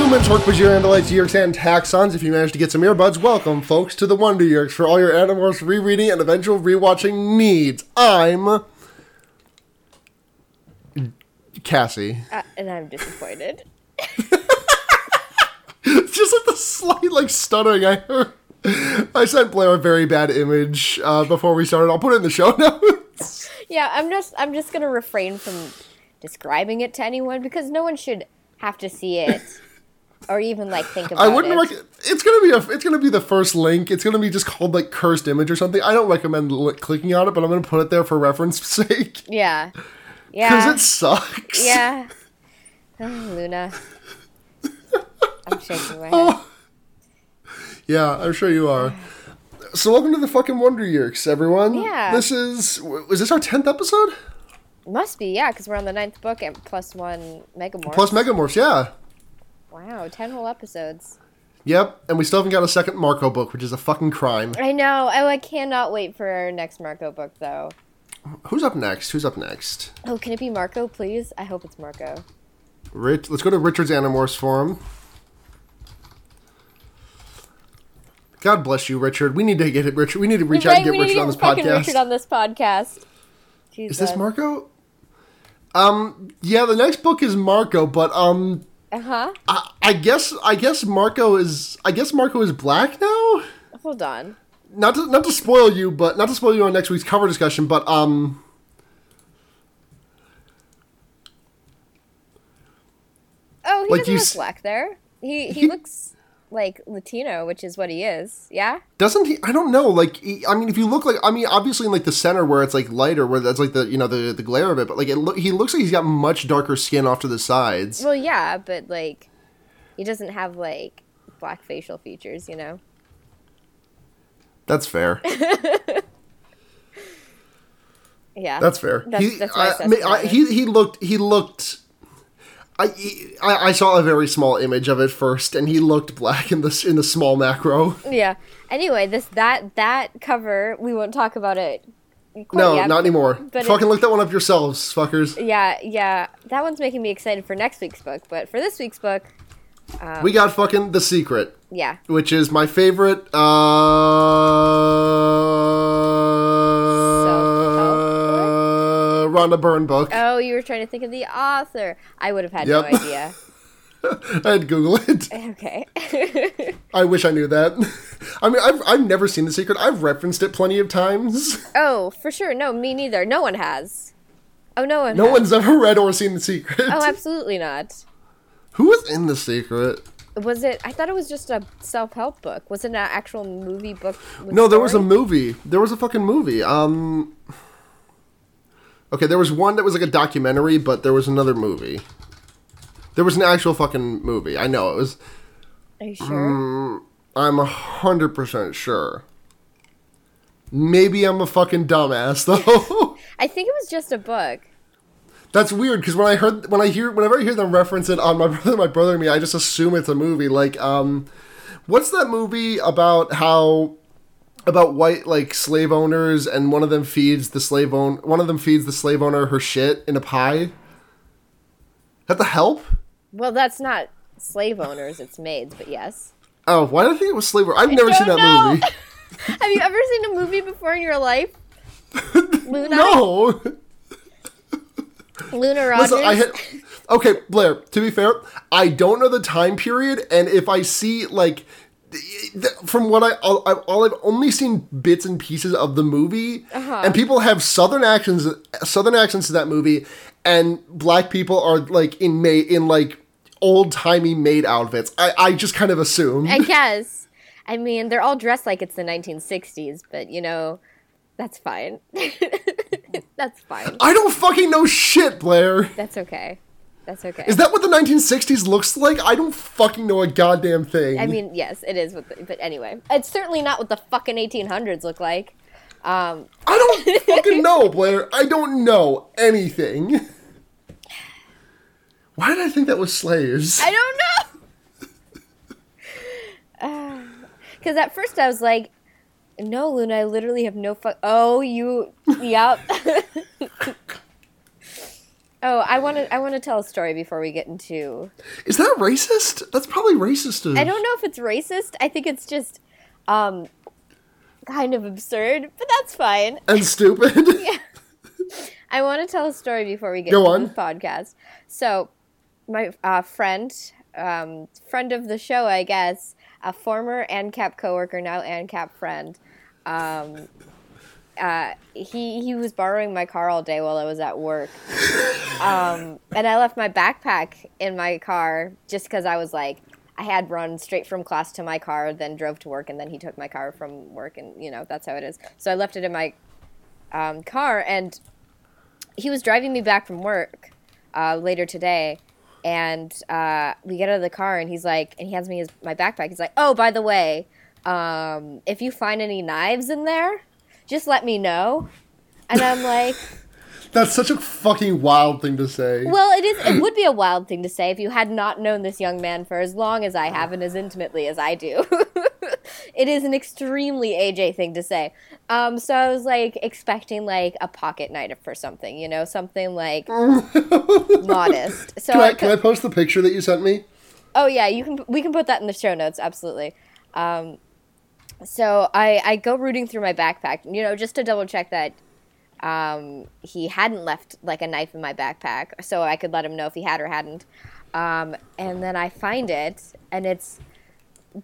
Bajillion Delights Yerks and Taxons. If you managed to get some earbuds, welcome, folks, to the Wonder Yerks for all your animals rereading and eventual rewatching needs. I'm Cassie. Uh, and I'm disappointed. It's just like the slight like stuttering I heard. I sent Blair a very bad image uh, before we started. I'll put it in the show notes. yeah, I'm just I'm just gonna refrain from describing it to anyone because no one should have to see it or even like think about I it. wouldn't rec- It's gonna be a. It's gonna be the first link. It's gonna be just called like cursed image or something. I don't recommend li- clicking on it, but I'm gonna put it there for reference sake Yeah. because Yeah. it sucks. Yeah. Oh, Luna. I'm shaking my head. Oh. Yeah, I'm sure you are. So welcome to the fucking Wonder Yerks, everyone. Yeah. This is w- was this our tenth episode Must be, yeah, because we're on the ninth book and plus one Megamorph. plus Megamorphs. Yeah. wow, ten whole episodes. Yep. And we still haven't got a second Marco book, which is a fucking crime. I know. Oh, I, I cannot wait for our next Marco book, though. Who's up next? Who's up next? Oh, can it be Marco, please? I hope it's Marco. Rich, let's go to Richard's Animorphs forum. God bless you, Richard. We need to get it, Richard. We need to reach out and Right, get we need Richard to on this fucking podcast. Richard on this podcast. is Jesus. this Marco? Um, yeah, the next book is Marco, but um, Uh huh. I, I guess I guess Marco is I guess Marco is black now. Hold on. Not to not to spoil you, but not to spoil you on next week's cover discussion, but um, Oh, he Like doesn't you look s- black there. He he He- looks like Latino, which is what he is. Yeah. doesn't he? I don't know. Like, he, I mean, if you look like, I mean, obviously in like the center where it's like lighter, where that's like the you know the the glare of it, but like it lo- he looks like he's got much darker skin off to the sides. Well, yeah, but like, he doesn't have like black facial features. You know. That's fair. Yeah. That's fair. That's- he, that's my I, I mean, assessment I- of it. he he looked he looked. I, he- I I saw a very small image of it first, and he looked black in the s- in the small macro. Yeah. Anyway, this that that cover we won't talk about it. quite No, yet, not but- anymore. but Fucking look that one up yourselves, fuckers. Yeah, yeah. That one's making me excited for next week's book, but for this week's book, Oh. we got fucking the secret, yeah. which is my favorite. Uh, Self-help Rhonda Byrne book. Oh, you were trying to think of the author. I would have had Yep. no idea. I had to Google it. Okay. I wish I knew that. I mean, I've I've never seen the secret. I've referenced it plenty of times. oh, for sure. No, me neither. No one has. Oh, no one. No has. one's ever read or seen The Secret. Oh, absolutely not. Who was in The Secret? Was it? I thought it was just a self-help book. Was it an actual movie book? with No, there was a story? movie. There was a fucking movie. Um. Okay, there was one that was like a documentary, but there was another movie. There was an actual fucking movie. I know it was. Are you sure? Mm. I'm a hundred percent sure. Maybe I'm a fucking dumbass though. I think it was just a book. That's weird because when I heard when I hear whenever I hear them reference it on my brother, my brother and me, I just assume it's a movie. Like, um, what's that movie about? How about white like slave owners and one of them feeds the slave own one of them feeds the slave owner her shit in a pie. That the help? Well, that's not slave owners; it's maids. But yes. Oh, why did I think it was slave? owner? I've never seen that don't know. movie. Have you ever seen a movie before in your life? Luna? No. Luna Rogers? Listen, I had, okay, Blair. To be fair, I don't know the time period, and if I see like, th- th- from what I all, I've, all I've only seen bits and pieces of the movie, Uh-huh. and people have southern accents, southern accents to that movie, and black people are like in may in like old timey maid outfits. I I just kind of assume. I guess. I mean, they're all dressed like it's the 1960s, but you know, that's fine. that's fine. I don't fucking know shit, Blair. That's okay. That's okay. Is that what the 1960s looks like? I don't fucking know a goddamn thing. I mean, yes, it is. What the, but anyway, it's certainly not what the fucking 1800s look like. Um, I don't fucking know, Blair. I don't know anything. Why did I think that was slaves? I don't know. Because at first I was like, no, Luna, I literally have no fuck. Oh, you. Yep. Oh, I want to. I want to tell a story before we get into. Is that racist? That's probably racist. I don't know if it's racist. I think it's just, um, kind of absurd, but that's fine. And stupid. I want to tell a story before we get Go into on. the podcast. So, my uh, friend, um, friend of the show, I guess, a former ANCAP coworker, now ANCAP friend. Um, uh, he he was borrowing my car all day while I was at work, um, and I left my backpack in my car just because I was like. I had run straight from class to my car, then drove to work, and then he took my car from work, and you know that's how it is. So I left it in my um, car, and he was driving me back from work uh, later today, and uh, we get out of the car, and he's like, and he hands me his my backpack. He's like, "Oh, by the way, um, if you find any knives in there, just let me know." And I'm like, That's such a fucking wild thing to say. "Well, it is. It would be a wild thing to say if you had not known this young man for as long as I have and as intimately as I do." it is an extremely AJ thing to say. Um, so I was like expecting like a pocket knife or something, you know, something like modest. So can, I I, can I post the picture that you sent me? Oh yeah, you can. We can put that in the show notes. Absolutely. Um, so I I go rooting through my backpack, you know, just to double check that um, he hadn't left like a knife in my backpack, so I could let him know if he had or hadn't. Um, and then I find it, and it's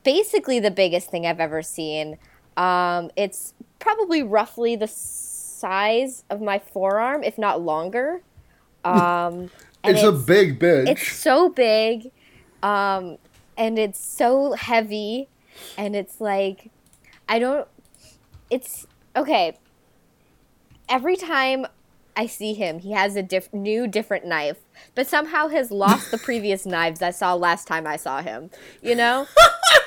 basically the biggest thing I've ever seen. Um, it's probably roughly the size of my forearm, if not longer. Um, and It's, a big bitch. it's so big um and it's so heavy and it's like i don't it's okay every time i see him he has a diff- new different knife but somehow has lost the previous knives i saw last time i saw him you know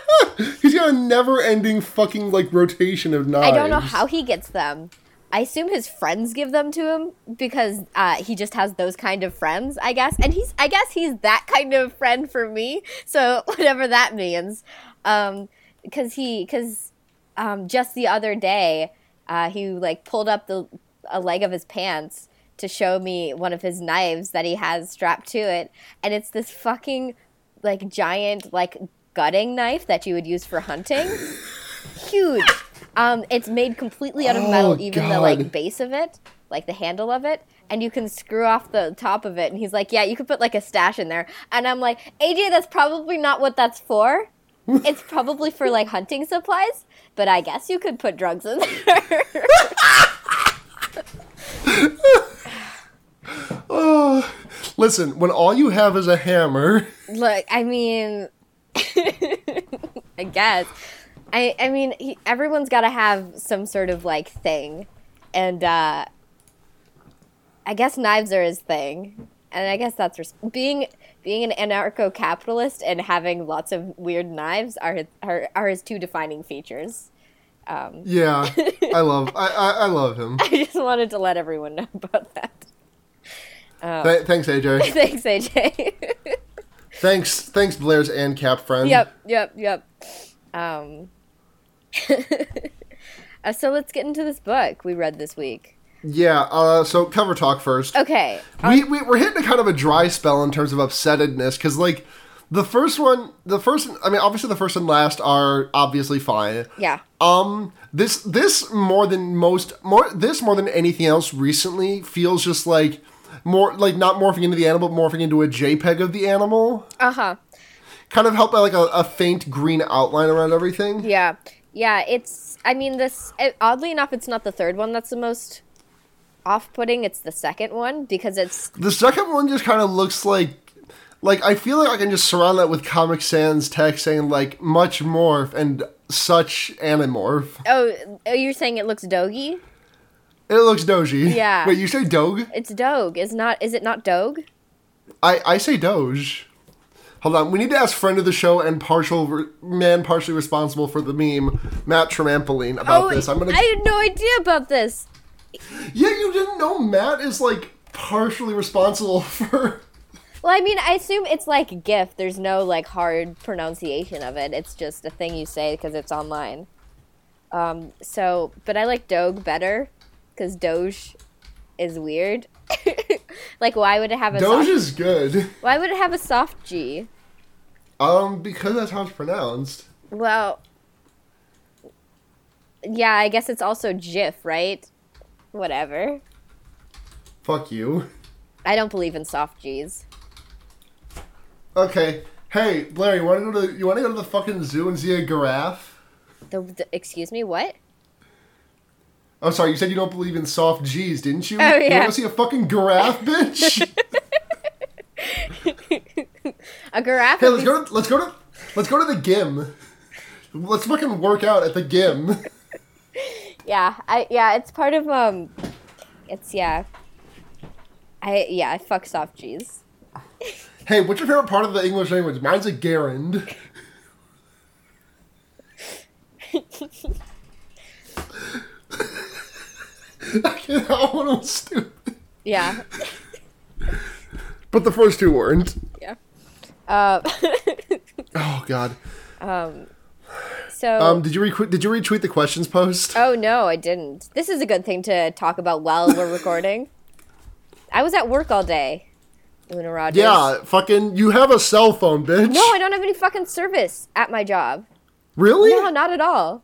He's got a never-ending fucking like rotation of knives. i don't know how he gets them i assume his friends give them to him because uh, he just has those kind of friends i guess and he's i guess he's that kind of friend for me so whatever that means um because he because um just the other day uh he like pulled up the a leg of his pants to show me one of his knives that he has strapped to it and it's this fucking like giant like gutting knife that you would use for hunting huge um it's made completely out of Oh, metal even the like God. base of it like the handle of it and you can screw off the top of it and he's like yeah you could put like a stash in there and i'm like aj that's probably not what that's for it's probably for like hunting supplies, but I guess you could put drugs in there. Oh. Listen, when all you have is a hammer, Look, I mean, I guess. I I mean, he, everyone's got to have some sort of like thing, and uh, I guess knives are his thing, and I guess that's res- being being an anarcho-capitalist and having lots of weird knives are his- are, are his two defining features. yeah, I love, I, I, I love him. I just wanted to let everyone know about that. Oh. Th- thanks, AJ. Thanks, AJ. thanks, thanks, Blair's and Cap friend. Yep, yep, yep. Um, uh, so let's get into this book we read this week. Yeah. Uh, so cover talk first. Okay. we, we we're hitting a kind of a dry spell in terms of upsettedness because like the first one the first i mean obviously the first and last are obviously fine Yeah. um this this more than most more this more than anything else recently feels just like more like not morphing into the animal but morphing into a jpeg of the animal Uh huh. kind of helped by like a, a faint green outline around everything Yeah. Yeah. It's. I mean, this. It, oddly enough, it's not the third one that's the most off-putting. It's the second one because it's. The second one just kind of looks like, like I feel like I can just surround that with Comic Sans text saying like much morph and such animorph. Oh, oh, you're saying it looks dogy? It looks doji. Yeah. Wait, you say dog? It's dog. Is not. Is it not dog? I I say doge. Hold on, we need to ask friend of the show and partial re- man partially responsible for the meme, Matt Trampoline, about oh, this. I'm gonna. I had no idea about this. yeah, you didn't know Matt is like partially responsible for. Well, I mean, I assume it's like a GIF. There's no like hard pronunciation of it. It's just a thing you say because it's online. Um, so, but I like Doge better because Doge is weird. Like, why would it have a Doge soft? is good. Why would it have a soft G? Um, because that's how it's pronounced. Well, yeah, I guess it's also GIF, right? Whatever. Fuck you. I don't believe in soft G's. Okay. Hey, Blair, you want to go to the, you want to go to the fucking zoo and see a giraffe? The, the excuse me, what? I'm Oh, sorry, you said you don't believe in soft G's, didn't you? Oh, You yeah. want to see a fucking giraffe, bitch? A giraffe. hey, let's would be- go to let's go to let's go to the gym. Let's fucking work out at the gym. Yeah, I yeah, it's part of um, it's yeah. I yeah, I fuck soft G's. Hey, what's your favorite part of the English language? Mine's a gerund. okay, that one was stupid. Yeah, But the first two weren't. yeah. Um, Oh God. so. Um, did you requ- did you retweet the questions post? oh no, I didn't. This is a good thing to talk about while we're recording. I was at work all day, Luna Rogers. yeah, fucking. You have a cell phone, bitch. No, I don't have any fucking service at my job. really? No, not at all.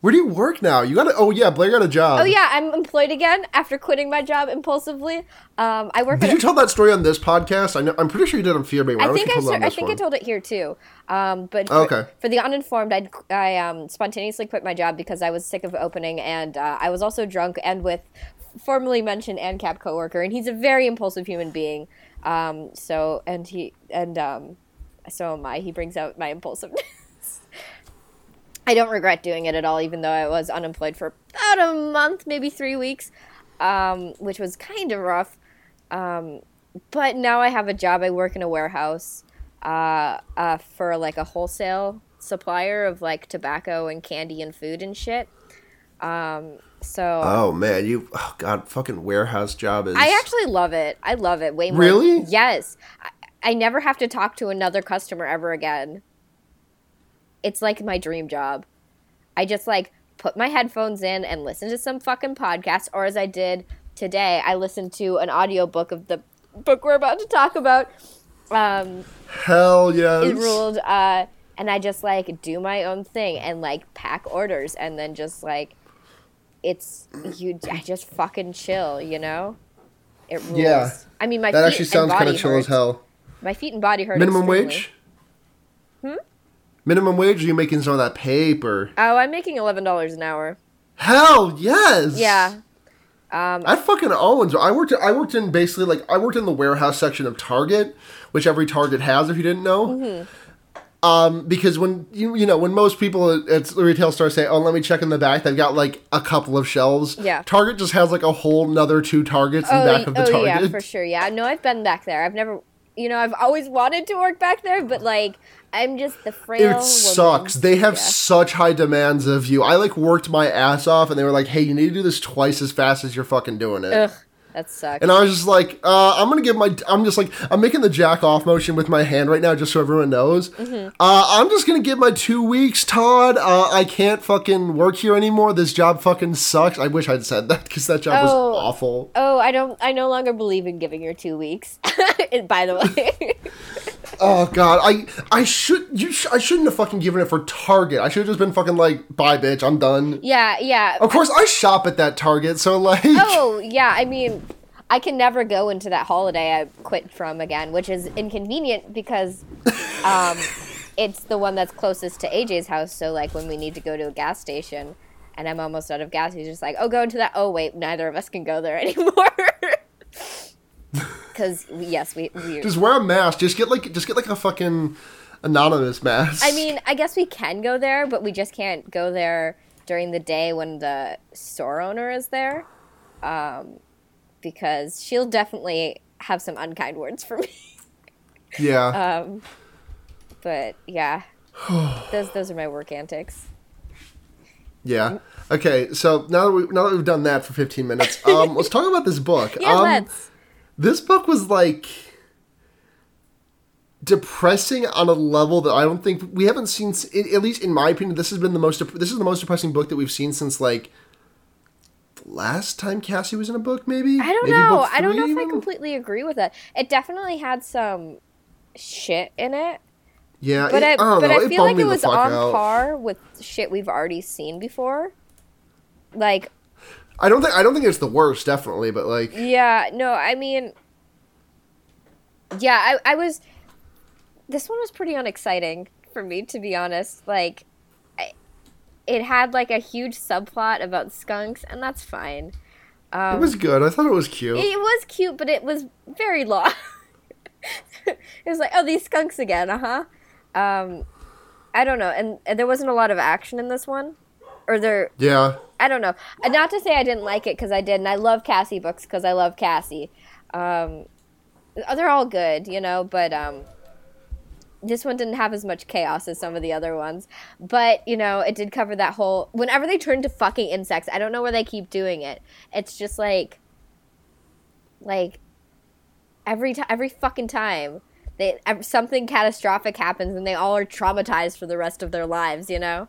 Where do you work now? You got a. Oh yeah, Blair got a job. Oh yeah, I'm employed again after quitting my job impulsively. Um, I work. Did at you tell that story on this podcast? I know, I'm pretty sure you did on Fear Me. Why I don't think you I, tell it ser- on I this think one? I told it here too. Um, but for, Oh, okay. for the uninformed, I'd, I um, spontaneously quit my job because I was sick of opening, and uh, I was also drunk and with formerly mentioned ANCAP coworker, and he's a very impulsive human being. Um, so and he and um, so am I. He brings out my impulsiveness. I don't regret doing it at all, even though I was unemployed for about a month, maybe three weeks, um, which was kind of rough Um, but now I have a job. I work in a warehouse uh, uh, for like a wholesale supplier of like tobacco and candy and food and shit. Um, so Oh man, you oh god, fucking warehouse job is. I actually love it. I love it way more. Really? Yes. I, I never have to talk to another customer ever again. It's like my dream job. I just like put my headphones in and listen to some fucking podcast, or as I did today, I listened to an audiobook of the book we're about to talk about. Um, hell yes. it ruled uh and i just like do my own thing and like pack orders and then just like it's you i just fucking chill you know it rules Yeah. i mean my That feet actually sounds kind of chill as hell. my feet and body hurt Minimum extremely. Hmm? wage. Minimum wage? Are you making some of that paper? oh i'm making $11 an hour Hell yes. yeah I fucking owns. I worked. I worked in basically like I worked in the warehouse section of Target, which every Target has, if you didn't know. Mm-hmm. Um, because when you you know when most people at- at the retail store say, "Oh, let me check in the back," they've got like a couple of shelves. Yeah. Target just has like a whole another two Targets in back y- of the Target. Oh, yeah, for sure. Yeah, no, I've been back there. I've never, you know, I've always wanted to work back there, but like, I'm just the frail. It woman. sucks. They have Yeah. such high demands of you. I like worked my ass off, and they were like, "Hey, you need to do this twice as fast as you're fucking doing it." Ugh, that sucks. And I was just like, uh, I'm gonna give my, I'm just like, I'm making the jack off motion with my hand right now, just so everyone knows. Mm-hmm. Uh, I'm just gonna give my two weeks, Todd. Uh, I can't fucking work here anymore. This job fucking sucks. I wish I'd said that because that job was Oh. awful. Oh, I don't. I no longer believe in giving your two weeks. And By the way, Oh god, I, I should, you, sh- I shouldn't have fucking given it for Target. I should have just been fucking like, bye, bitch, I'm done. yeah, yeah. Of course, I shop at that Target, so like, Oh, yeah. I mean, I can never go into that holiday I quit from again, which is inconvenient because um, it's the one that's closest to AJ's house. So like, when we need to go to a gas station, and I'm almost out of gas, he's just like, "Oh, go into that." Oh, wait, neither of us can go there anymore. Because yes, we we just wear a mask. Just get like, just get like a fucking anonymous mask. I mean, I guess we can go there, but we just can't go there during the day when the store owner is there, um, because she'll definitely have some unkind words for me. yeah. uh, But yeah, those those are my work antics. Yeah. Okay. So now that we now that we've done that for 15 minutes, um, let's talk about this book. Yeah, um, let's. This book was like depressing on a level that I don't think we haven't seen. s- i- At least in my opinion, this has been the most. dep- This is the most depressing book that we've seen since like last time Cassie was in a book, maybe? I don't Maybe know. book I don't know if three I even? completely agree with that. It definitely had some shit in it, Yeah, but it, I, I don't but know. I feel like bummed me it the was fuck on out. par with shit we've already seen before. Like, I don't think I don't think it's the worst, definitely, but like yeah, no, I mean, yeah, I, I was. This one was pretty unexciting for me, to be honest. Like, I, it had like a huge subplot about skunks, and that's fine. it was good. I thought it was cute. It was cute, but it was very long. it was like, oh, these skunks again, uh huh. Um, I don't know, and, and there wasn't a lot of action in this one, or there. yeah. I don't know. And Not to say I didn't like it because I did, and I love Cassie books because I love Cassie. Um, oh, they're all good, you know, but um, this one didn't have as much chaos as some of the other ones. But you know, it did cover that whole. Whenever they turn to fucking insects, I don't know where they keep doing it. It's just like, like every time, every fucking time. They, ev- something catastrophic happens and they all are traumatized for the rest of their lives, you know?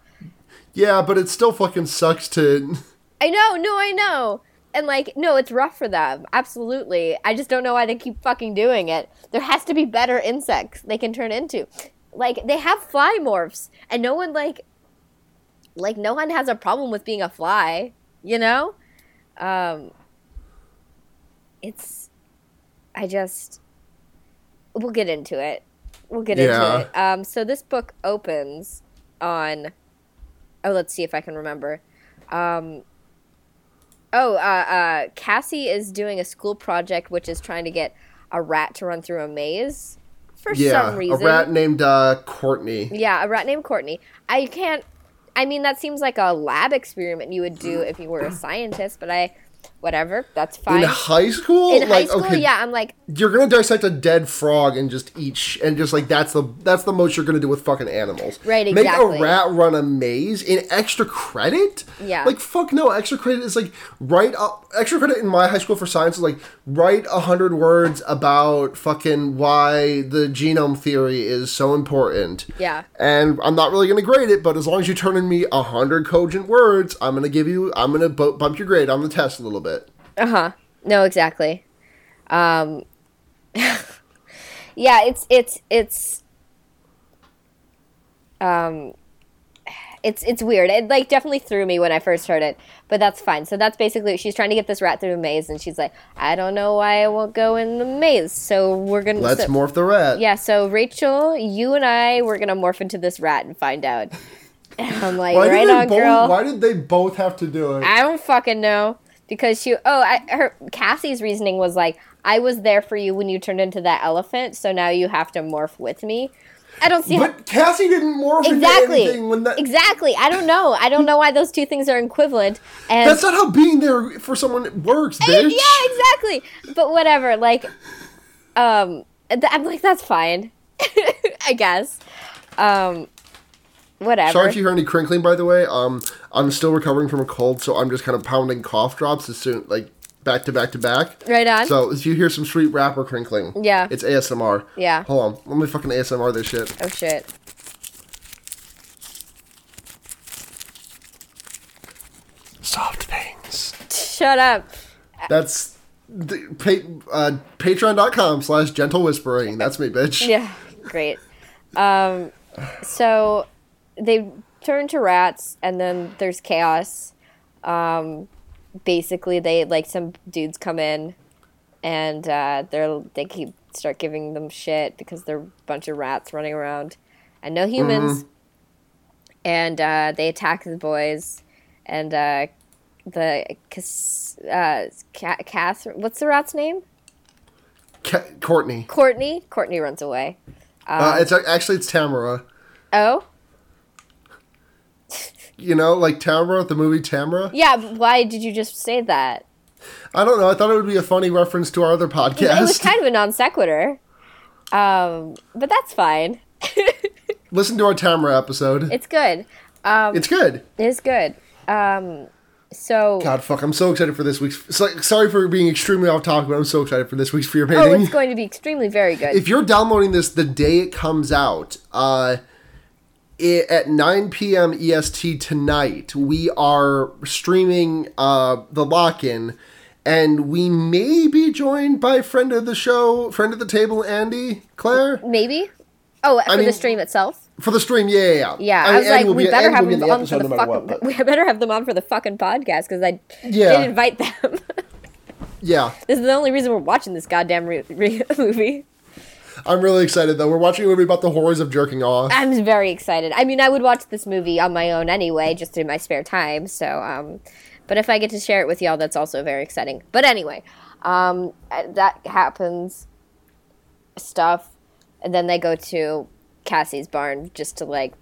Yeah, but it still fucking sucks to I know, no, I know. And like, no, it's rough for them. Absolutely. I just don't know why they keep fucking doing it. There has to be better insects they can turn into. Like they have fly morphs and no one like like no one has a problem with being a fly, you know? Um it's I just we'll get into it. We'll get Yeah. into it. Um so this book opens on oh let's see if I can remember. Um Oh, uh, uh, Cassie is doing a school project which is trying to get a rat to run through a maze for yeah, some reason. a rat named uh, Courtney. Yeah, a rat named Courtney. I can't. I mean, that seems like a lab experiment you would do if you were a scientist, but I, whatever, that's fine. In high school, In high like school, okay, yeah, I'm like, you're gonna dissect a dead frog and just eat, sh- and just like that's the that's the most you're gonna do with fucking animals. Right, Make exactly. a rat run a maze in extra credit. Yeah. Like fuck no, extra credit is like write up extra credit in my high school for science is like write a hundred words about fucking why the genome theory is so important. Yeah. And I'm not really gonna grade it, but as long as you turn in me a hundred cogent words, I'm gonna give you I'm gonna bu- bump your grade on the test a little bit. uh huh. No, exactly. Um, yeah, it's it's it's, um, it's it's weird. It like definitely threw me when I first heard it, but that's fine. So that's basically she's trying to get this rat through a maze, and she's like, I don't know why it won't go in the maze, so we're gonna Let's so- morph the rat. Yeah, so Rachel, you and I were gonna morph into this rat and find out. And I'm like, Why did right they on, both, girl. Why did they both have to do it? I don't fucking know because she. Oh, I, her Cassie's reasoning was like, I was there for you when you turned into that elephant, so now you have to morph with me. I don't see. how, But Cassie didn't morph exactly. into anything when that. exactly. I don't know. I don't know why those two things are equivalent. And That's not how being there for someone works, bitch. yeah, exactly. But whatever, like, um, th- I'm like, that's fine, I guess. Um, whatever. Sorry if you hear any crinkling, by the way. Um, I'm still recovering from a cold, so I'm just kind of pounding cough drops as soon, like back to back to back. Right on. So if you hear some sweet rapper crinkling, Yeah. it's ASMR. Yeah. Hold on, let me fucking ASMR this shit. oh shit. Soft things. Shut up. Uh, That's the, pa- uh, patreon.com slash gentle whispering. That's me, bitch. Yeah, great. Um, so they turn to rats, and then there's chaos. Um, basically, they like some dudes come in, and uh, they're they keep start giving them shit because they're a bunch of rats running around, and no humans. And uh, they attack the boys, and uh, the Cas- uh, Ca- Catherine. What's the rat's name? Ca- Courtney. Courtney. Courtney runs away. Um, uh, it's actually it's Tamara. Oh. You know, like Tamara, the movie Tamara. Yeah, but why did you just say that? I don't know. I thought it would be a funny reference to our other It was podcast. kind of a non sequitur. Um, but that's fine. Listen to our Tamara episode. It's good. Um, It's good. it's good. Um, so, God, fuck. I'm so excited for this week's. so- Sorry for being extremely off topic, but I'm so excited for this week's fear oh, painting. it's going to be extremely very good. if you're downloading this the day it comes out, uh, i at 9 p.m. EST E tonight, we are streaming uh, the lock in, and we may be joined by friend of the show, friend of the table, Andy Claire Maybe. Oh, for mean- the stream itself. for the stream. Yeah, yeah, yeah. Yeah, I, mean, was Andy like, will we be- better Andy have will be in them the on for episode the no matter fucking. what, but- we better have them on for the fucking podcast because I Yeah. did invite them. yeah, this is the only reason we're watching this goddamn re- re- movie. I'm really excited though. We're watching a movie about the horrors of jerking off. I'm very excited. I mean, I would watch this movie on my own anyway, just in my spare time. So, um, but if I get to share it with y'all, that's also very exciting. But anyway, um, uh, that happens. Stuff, and then they go to Cassie's barn just to like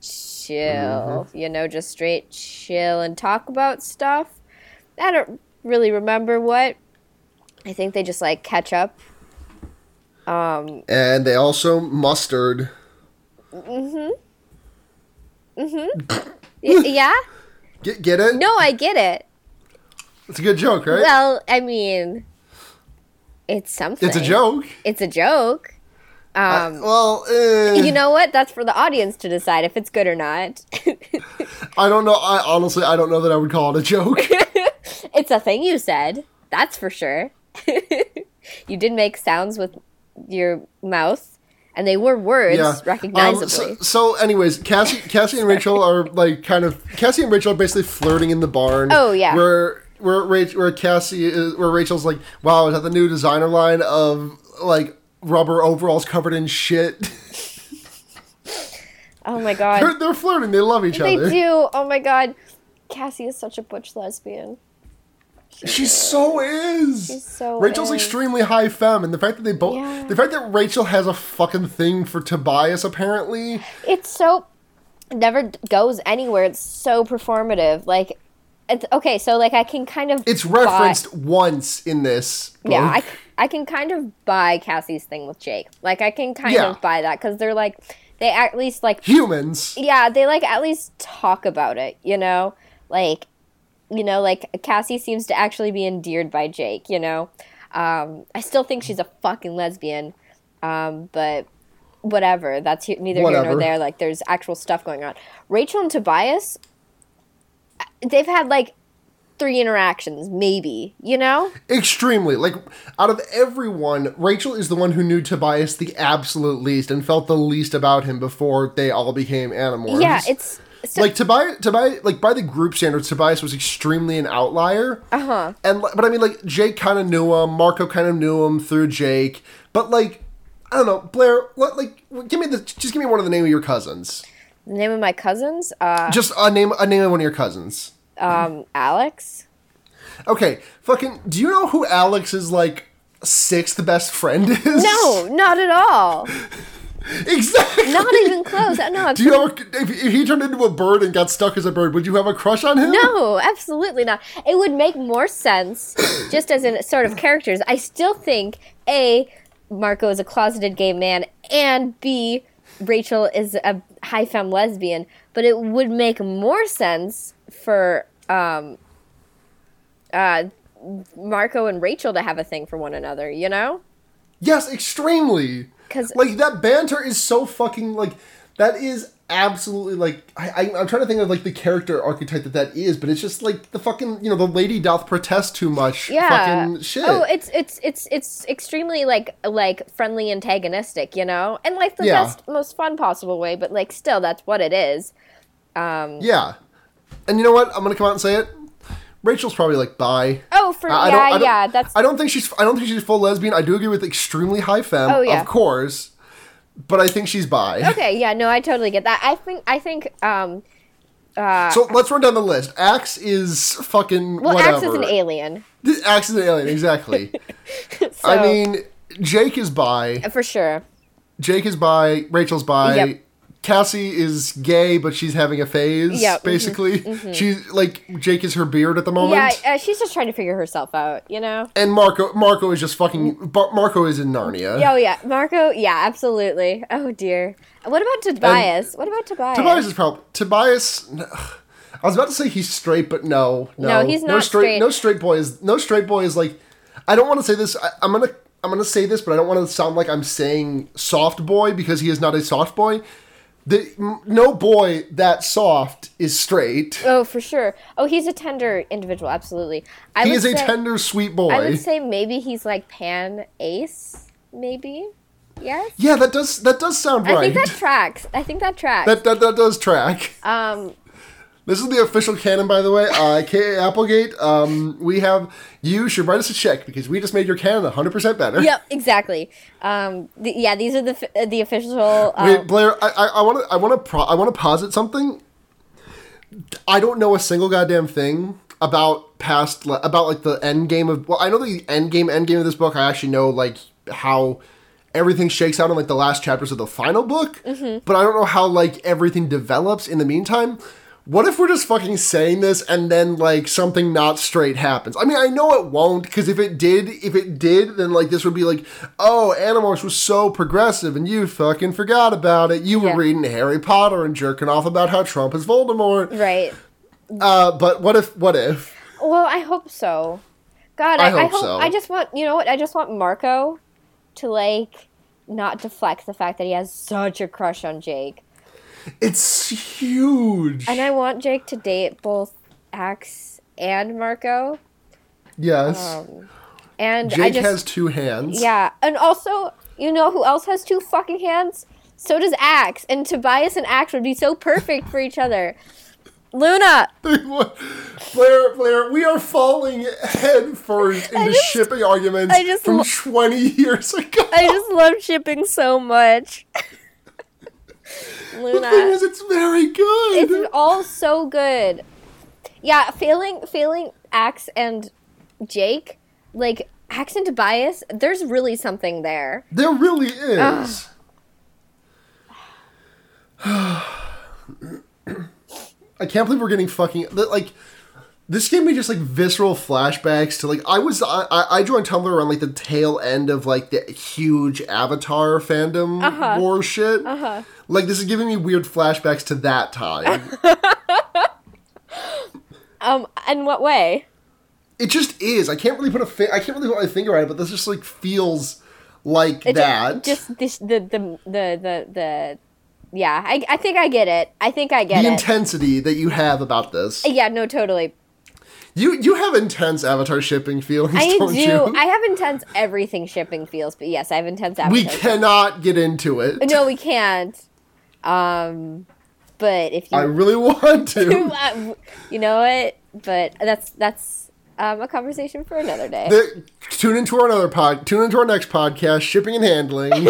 chill, you know, just straight chill and talk about stuff. I don't really remember what. I think they just like catch up. And they also mustard. Y- yeah? Get get it? No, I get it. It's a good joke, right? Well, I mean, it's something. it's a joke. It's a joke. Um, Well, eh, you know what? That's for the audience to decide if it's good or not. I don't know. I honestly, I don't know that I would call it a joke. it's a thing you said. That's for sure. you did make sounds with your mouth, and they were words yeah, recognizably. Um, so, so anyways, Cassie, Cassie and Rachel are like kind of Cassie and Rachel are basically flirting in the barn. Oh, yeah. where where Rachel, where Cassie is, where Rachel's like, wow, is that the new designer line of like rubber overalls covered in shit? oh my god, they're, they're flirting. They love each they other. do. Oh my god, Cassie is such a butch lesbian. She so is. so Rachel's is. extremely high femme, and the fact that they both, Yeah. the fact that Rachel has a fucking thing for Tobias apparently. it's so it never d- goes anywhere. It's so performative. Like, it's okay. So like I can kind of It's buy- referenced once in this. Book. yeah, I, c- I can kind of buy Cassie's thing with Jake. Like I can kind Yeah. of buy that because they're like they at least like humans. yeah they like at least talk about it. You know, like you know like Cassie seems to actually be endeared by Jake. You know, um, I still think she's a fucking lesbian, um, but whatever. That's he- neither here Whatever. nor there. Like, there's actual stuff going on. Rachel and Tobias, uh, they've had like three interactions, maybe. You know? Extremely. Like, out of everyone, Rachel is the one who knew Tobias the absolute least and felt the least about him before they all became animals. Yeah, it's so, like Tobias, Tobias, like by the group standards, Tobias was extremely an outlier. Uh Uh-huh. huh. And li- but I mean, like Jake kind of knew him, Marco kind of knew him through Jake, but like I don't know, Blair. What like give me the just give me one of the name of your cousins, the name of my cousins, uh, just a name a name of one of your cousins. um, Alex. Okay, fucking. Do you know who Alex's like sixth best friend is? No, not at all. exactly. Not even close. No, Do you have a, if, if he turned into a bird and got stuck as a bird, would you have a crush on him? No, absolutely not. It would make more sense just as in sort of characters. I still think A, Marco is a closeted gay man, and B, Rachel is a high femme lesbian, but it would make more sense for um uh Marco and Rachel to have a thing for one another, you know? Yes, extremely. 'Cause- like that banter is so fucking like that is absolutely like I, I I'm trying to think of like the character archetype that that is, but it's just like the fucking you know the lady doth protest too much. Yeah. Fucking shit. Oh, it's it's it's it's extremely like like friendly antagonistic, you know, and like the Yeah. best most fun possible way. But like still, that's what it is. Um. yeah. And you know what? I'm gonna come out and say it. Rachel's probably like bye. Oh, for I- I don't- yeah, I don't- yeah. That's I don't think she's. I don't think she's full lesbian. I do agree with extremely high femme, Oh, yeah. of course, but I think she's bi. okay. Yeah. No, I totally get that. I think I think um. So let's run down the list. Axe is fucking Well, whatever. Axe is an alien. Th- Axe is an alien, exactly. So, I mean, Jake is bi. for sure. Jake is bi. Rachel's bi. Yep. Cassie is gay, but she's having a phase. Yeah, mhm, basically, she's like Jake is her beard at the moment, Yeah, uh, she's just trying to figure herself out. You know. and Marco Marco is just fucking. Bar- Marco is in Narnia. Oh yeah, Marco. Yeah, absolutely. Oh dear. What about Tobias? what about Tobias? Tobias is probably Tobias. n- I was about to say he's straight, but no, no, No, he's No not straight, straight. No straight boy is no straight boy is like. I don't want to say this. I, I'm gonna I'm gonna say this, but I don't want to sound like I'm saying soft boy because he is not a soft boy. The, m- no boy that soft is straight. Oh, for sure. Oh, he's a tender individual. Absolutely. I He would is a say- tender, sweet I boy. would say maybe he's like Pan Ace. Maybe. Yes. yeah, that does that does sound I right. think that tracks. I think that tracks. that, that that does track. um, This is the official canon, by the way. Uh, K.A. Applegate, um, we have you should write us a check because we just made your canon 100% better. yep, exactly. Um, th- yeah, these are the f- uh, the official. Um, Wait, Blair, I- I want to I want to pro- I want to posit something. I don't know a single goddamn thing about past li- about like the end game of well, I know the end game end game of this book. I actually know like how everything shakes out in like the last chapters of the final book, but I don't know how like everything develops in the meantime. What if we're just fucking saying this and then like something not straight happens? I mean, I know it won't because if it did, if it did, then like this would be like, oh, Animorphs was so progressive and you fucking forgot about it. You Yeah. were reading Harry Potter and jerking off about how Trump is Voldemort. right. Uh, but what if? What if? Well, I hope so. God, I, I I hope, hope so. I just want you know what? I just want Marco to like not deflect the fact that he has such a crush on Jake, It's huge. and I want Jake to date both Axe and Marco. yes. Um, and I Jake just has two hands. yeah, and also you know who else has two fucking hands? So does Axe, and Tobias and Axe would be so perfect for each other. Luna, Blair, Blair, we are falling headfirst into just- shipping arguments I just from lo- 20 years ago. I just love shipping so much. the thing Luna, is, it's very good. it's all so good. Yeah, failing failing Axe and Jake, like Axe and Tobias, there's really something there. there really is. I can't believe we're getting fucking li- like this gave me just like visceral flashbacks to like I was I, I I joined Tumblr around like the tail end of like the huge Avatar fandom war shit. Uh-huh. Like this is giving me weird flashbacks to that time. Um, in what way? it just is. I can't really put a fi- I can't really put my finger on it, but this just like feels like It ju- that. Just, this, the, the the the the yeah. I I think I get it. I think I get the it. intensity that you have about this. yeah. No. Totally. You you have intense avatar shipping feelings, I don't do. you? I have intense everything shipping feels, but yes, I have intense. we appetite. cannot get into it. No, we can't. Um, but if you, I really want to. Uh, you know it, but that's that's um, a conversation for another day. The- tune into our another pod. Tune into our next podcast, shipping and handling.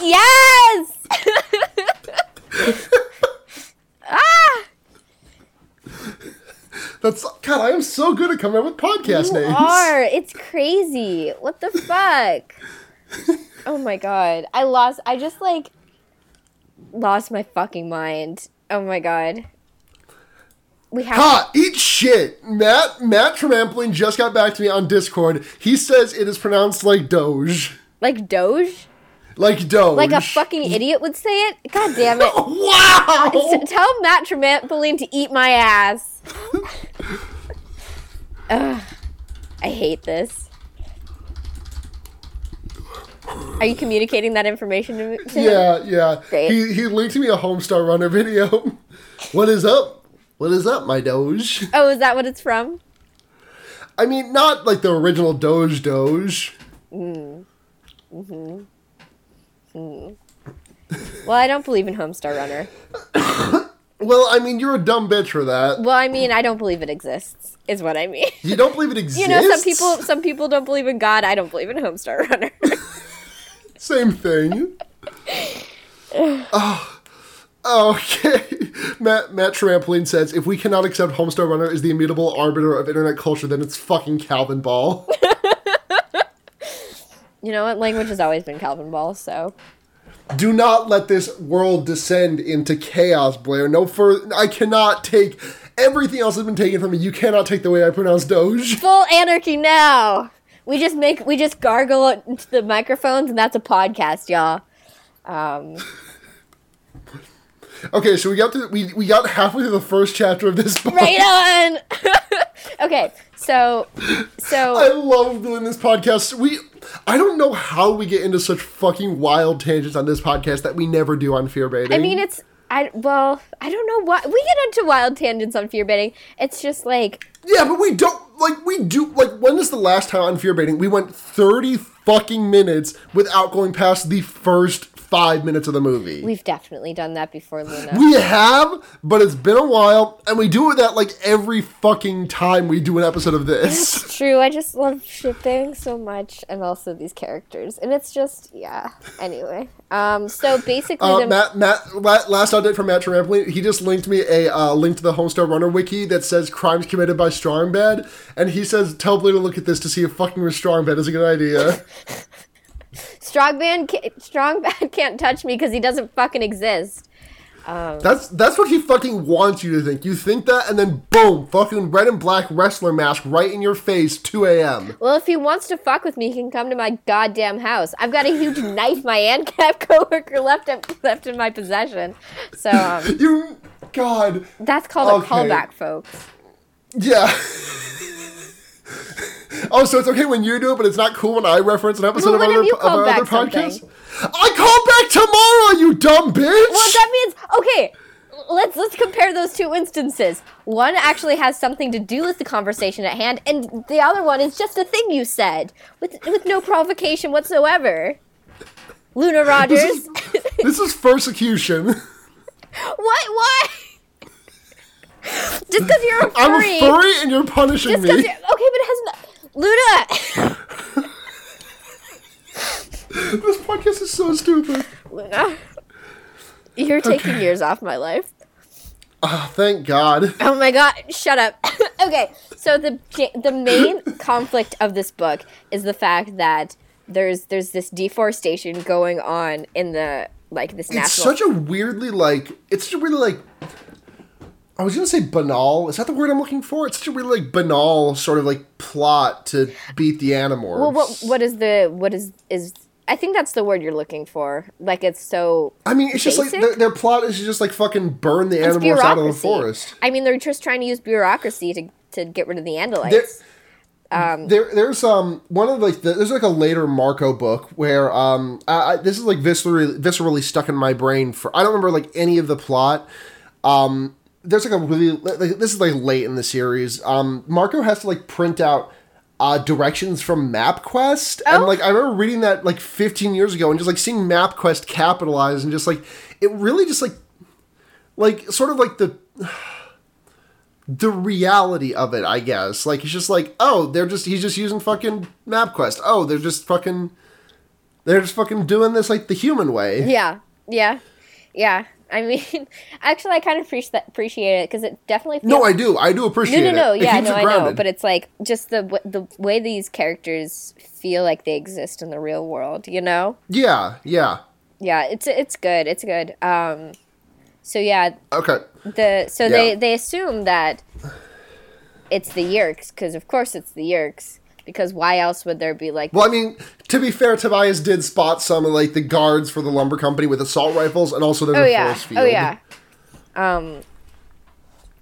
yes. That's God. I am so good at coming up with podcast You names. are. It's crazy. What the fuck? oh my god. I lost I just like lost my fucking mind. Oh my god. We have Ha! Eat shit. Matt Matt from Ampling just got back to me on Discord. He says it is pronounced like Doge, like Doge? like Doge, Like a fucking idiot would say it? God damn it. Wow. T- Tell Matt Trampoline to eat my ass. Ugh. I hate this. Are you communicating that information to me? to him? Yeah, yeah. Great. He he linked me a Homestar Runner video. what is up? What is up, my Doge? Oh, is that what it's from? I mean, not like the original Doge Doge. Well, I don't believe in Homestar Runner. Well, I mean, you're a dumb bitch for that. Well, I mean, I don't believe it exists, is what I mean. You don't believe it exists. You know, some people some people don't believe in God. I don't believe in Homestar Runner. Same thing. oh, okay. Matt Matt Trampoline says if we cannot accept Homestar Runner as the immutable arbiter of internet culture, then it's fucking Calvin Ball. you know what? Language has always been Calvin Ball, so Do not let this world descend into chaos, Blair. No further. I cannot take everything else has been taken from me. You cannot take the way I pronounce Doge. full anarchy now. We just make we just gargle it into the microphones, and that's a podcast, y'all. Um, Okay, so we got to we, we got halfway through the first chapter of this book. right on. okay, so I so oh. love doing this podcast. We I don't know how we get into such fucking wild tangents on this podcast that we never do on fear baiting. I mean, it's I well, I don't know why we get into wild tangents on fear baiting. It's just like yeah, but we don't like we do like when is the last time on fear baiting we went thirty fucking minutes without going past the first five minutes of the movie. we've definitely done that before, Luna. We have, but it's been a while, and we do that like every fucking time we do an episode of this. True, I just love shipping so much, and also these characters, and it's just yeah. Anyway, um, so basically, Uh, the, Matt, Matt, la- last update from Matt Trampoline, he just linked me a uh, link to the Homestar Runner wiki that says crimes committed by Strongbad, and he says tell Blue to look at this to see if fucking with Strongbad is a good idea. strong man, ca- strong man can't touch me because he doesn't fucking exist. that's that's what he fucking wants you to think. You think that, and then boom, fucking red and black wrestler mask right in your face, 2 a.m. Well, if he wants to fuck with me, he can come to my goddamn house. I've got a huge knife my ANCAP coworker left left in my possession. So um, You, God, that's called Okay. a callback, folks. Yeah. oh, so it's okay when you do it, but it's not cool when I reference an episode Well, of when other, have you of our called other back something? podcasts. I call back tomorrow, you dumb bitch. Well, that means okay. Let's let's compare those two instances. One actually has something to do with the conversation at hand, and the other one is just a thing you said with with no provocation whatsoever. Luna Rogers, this is persecution. what? Why? just because you're a furry. I'm a furry and you're punishing just 'cause me. you're, okay, but it has no, Luna. This podcast is so stupid. Luna, you're taking years off my life. Ah, thank God. Oh my god, shut up. okay, so the the main conflict of this book is the fact that there's there's this deforestation going on in the like this It's national such a weirdly like it's such a really like I was gonna say banal. Is that the word I'm looking for? It's such a really like banal sort of like plot to beat the Animorphs. Well, what what is the what is is I think that's the word you're looking for. Like it's so I mean, it's just like Basic? their, their plot is to just like fucking burn the it's animals out of the forest. I mean, they're just trying to use bureaucracy to to get rid of the Andalites. There- There, there's um one of like the, there's like a later Marco book where um I, I, this is like viscerally viscerally stuck in my brain for I don't remember like any of the plot. Um, there's like a really like, this is like late in the series. Um, Marco has to like print out uh directions from MapQuest, and Oh. like I remember reading that like 15 years ago and just like seeing MapQuest capitalized and just like it really just like like sort of like the the reality of it, I guess. Like it's just like, oh, they're just he's just using fucking MapQuest. Oh, they're just fucking they're just fucking doing this like the human way. Yeah, yeah, yeah. I mean, actually, I kind of appreciate that, appreciate it because it definitely feels No, I do. I do appreciate no, it. no, no. It Yeah, keeps no, it I know. grounded. But it's like just the w- the way these characters feel like they exist in the real world. You know? yeah, yeah. Yeah, it's it's good. It's good. Um, so yeah, Okay. the so Yeah. they they assume that it's the Yerks because of course it's the Yerks because why else would there be like Well, I mean, to be fair, Tobias did spot some of like the guards for the lumber company with assault rifles, and also there's oh a yeah force field. oh yeah um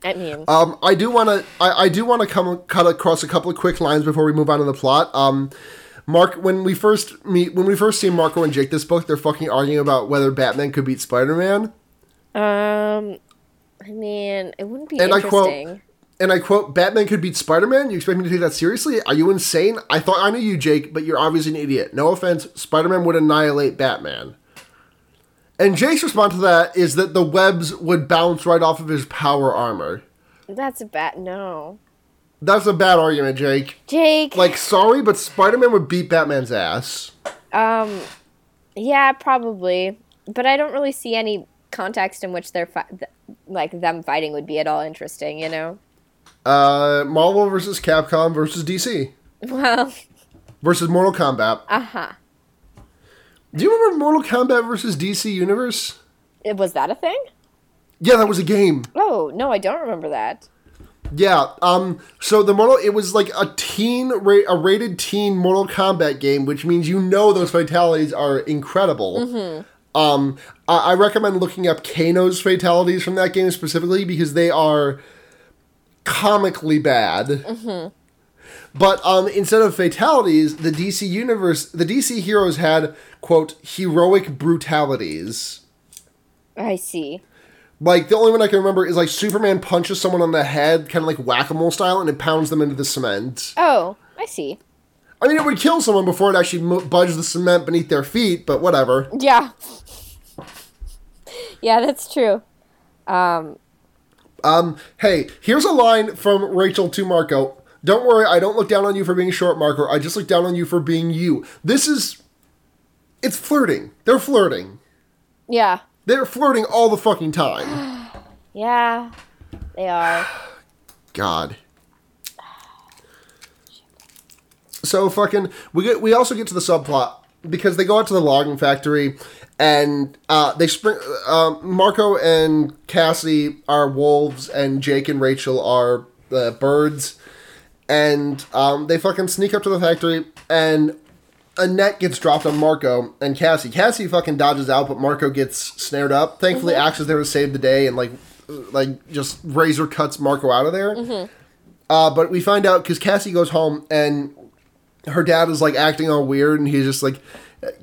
I mean Um, I do want to. I, I do want to come cut across a couple of quick lines before we move on to the plot. Um, Mark, when we first meet, when we first see Marco and Jake this book, they're fucking arguing about whether Batman could beat Spider Man. um I mean it wouldn't be And I quote- interesting. And I quote, "Batman could beat Spider Man. You expect me to take that seriously? Are you insane? I thought I knew you, Jake, but you're obviously an idiot. No offense. Spider Man would annihilate Batman." And Jake's response to that is that the webs would bounce right off of his power armor. That's a bad no. That's a bad argument, Jake. Jake, Like, sorry, but Spider Man would beat Batman's ass. Um, yeah, probably, but I don't really see any context in which they're fi- th- like them fighting would be at all interesting. You know? Uh, Marvel versus Capcom versus DC Well, versus Mortal Kombat. uh huh. Do you remember Mortal Kombat versus DC Universe? Was that a thing? Yeah, that was a game. Oh no, I don't remember that. Yeah. Um. So the Mortal, it was like a teen, ra- a rated teen Mortal Kombat game, which means you know those fatalities are incredible. Um. I-, I recommend looking up Kano's fatalities from that game specifically because they are comically bad. But um, instead of fatalities, the DC universe, the DC heroes had quote heroic brutalities. I see. Like the only one I can remember is like Superman punches someone on the head, kind of like whack a mole style, and it pounds them into the cement. Oh, I see. I mean, it would kill someone before it actually mo- budged the cement beneath their feet, but whatever. Yeah. yeah, that's true. Um, Um, hey, here's a line from Rachel to Marco. Don't worry, I don't look down on you for being short, Marco. I just look down on you for being you. This is. It's flirting. They're flirting. yeah. They're flirting all the fucking time. Yeah. They are. God. So fucking. We get. We also get to the subplot because they go out to the logging factory and uh, they spring. Uh, Marco and Cassie are wolves, and Jake and Rachel are uh, birds. and um, they fucking sneak up to the factory and a net gets dropped on Marco and Cassie. Cassie fucking dodges out, but Marco gets snared up. Thankfully, Mm-hmm. Axe is there to save the day and like, like just razor cuts Marco out of there. Mm-hmm. Uh, but we find out because Cassie goes home and her dad is like acting all weird, and he's just like,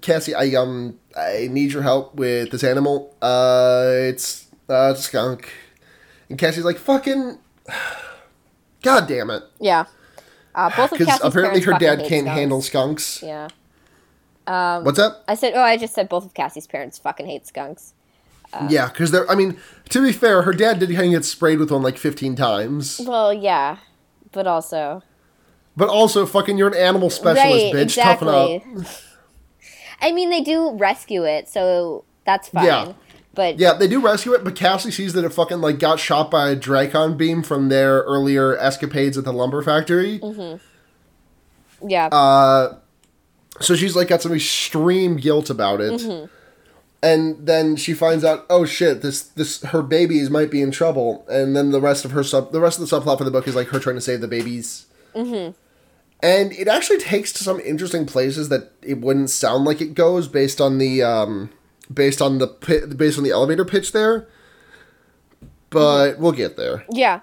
Cassie, I um, I need your help with this animal. Uh, it's uh, it's a skunk. And Cassie's like, fucking, god damn it. Yeah. Uh, both of Because Cassie's apparently parents her fucking dad hate can't skunks. handle skunks. Yeah. What's up? I said, oh, I just said both of Cassie's parents fucking hate skunks. yeah, because they're. I mean, to be fair, her dad did kind of get sprayed with one like fifteen times. Well, yeah. But also. But also, fucking, you're an animal specialist, right, bitch. exactly. Toughen up. I mean, they do rescue it, so that's fine. Yeah. But Yeah, they do rescue it, but Cassie sees that it fucking like got shot by a Dracon beam from their earlier escapades at the lumber factory. yeah. uh, So she's like got some extreme guilt about it. And then she finds out, oh shit, this this her babies might be in trouble. And then the rest of her sub the rest of the subplot for the book is like her trying to save the babies. And it actually takes to some interesting places that it wouldn't sound like it goes based on the um based on the pi- based on the elevator pitch there. But we'll get there. yeah.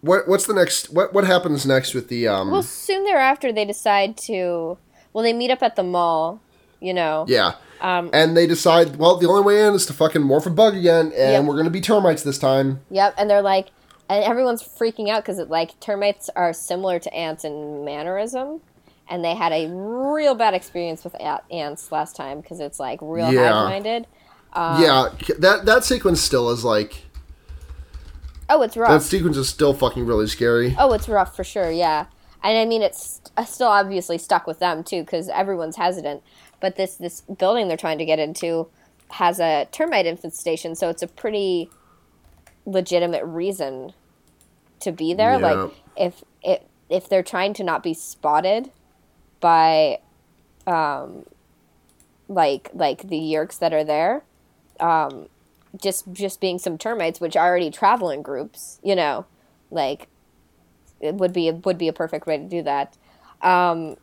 What what's the next what what happens next with the um Well, soon thereafter, they decide to. Well, they meet up at the mall, you know. Yeah. and they decide, well, the only way in is to fucking morph a bug again, and Yep. we're gonna be termites this time. Yep, and they're like, and everyone's freaking out because like termites are similar to ants in mannerism, and they had a real bad experience with a- ants last time because it's like real Yeah. high-minded. yeah, c- that that sequence still is like Oh, it's rough. that sequence is still fucking really scary. Oh, it's rough for sure. Yeah, and I mean it's st- uh, still obviously stuck with them too because everyone's hesitant. But this this building they're trying to get into has a termite infestation, so it's a pretty legitimate reason to be there. Like if it if they're trying to not be spotted by, um, like like the yerks that are there, um, just just being some termites which already travel in groups, you know, like it would be would be a perfect way to do that. Um,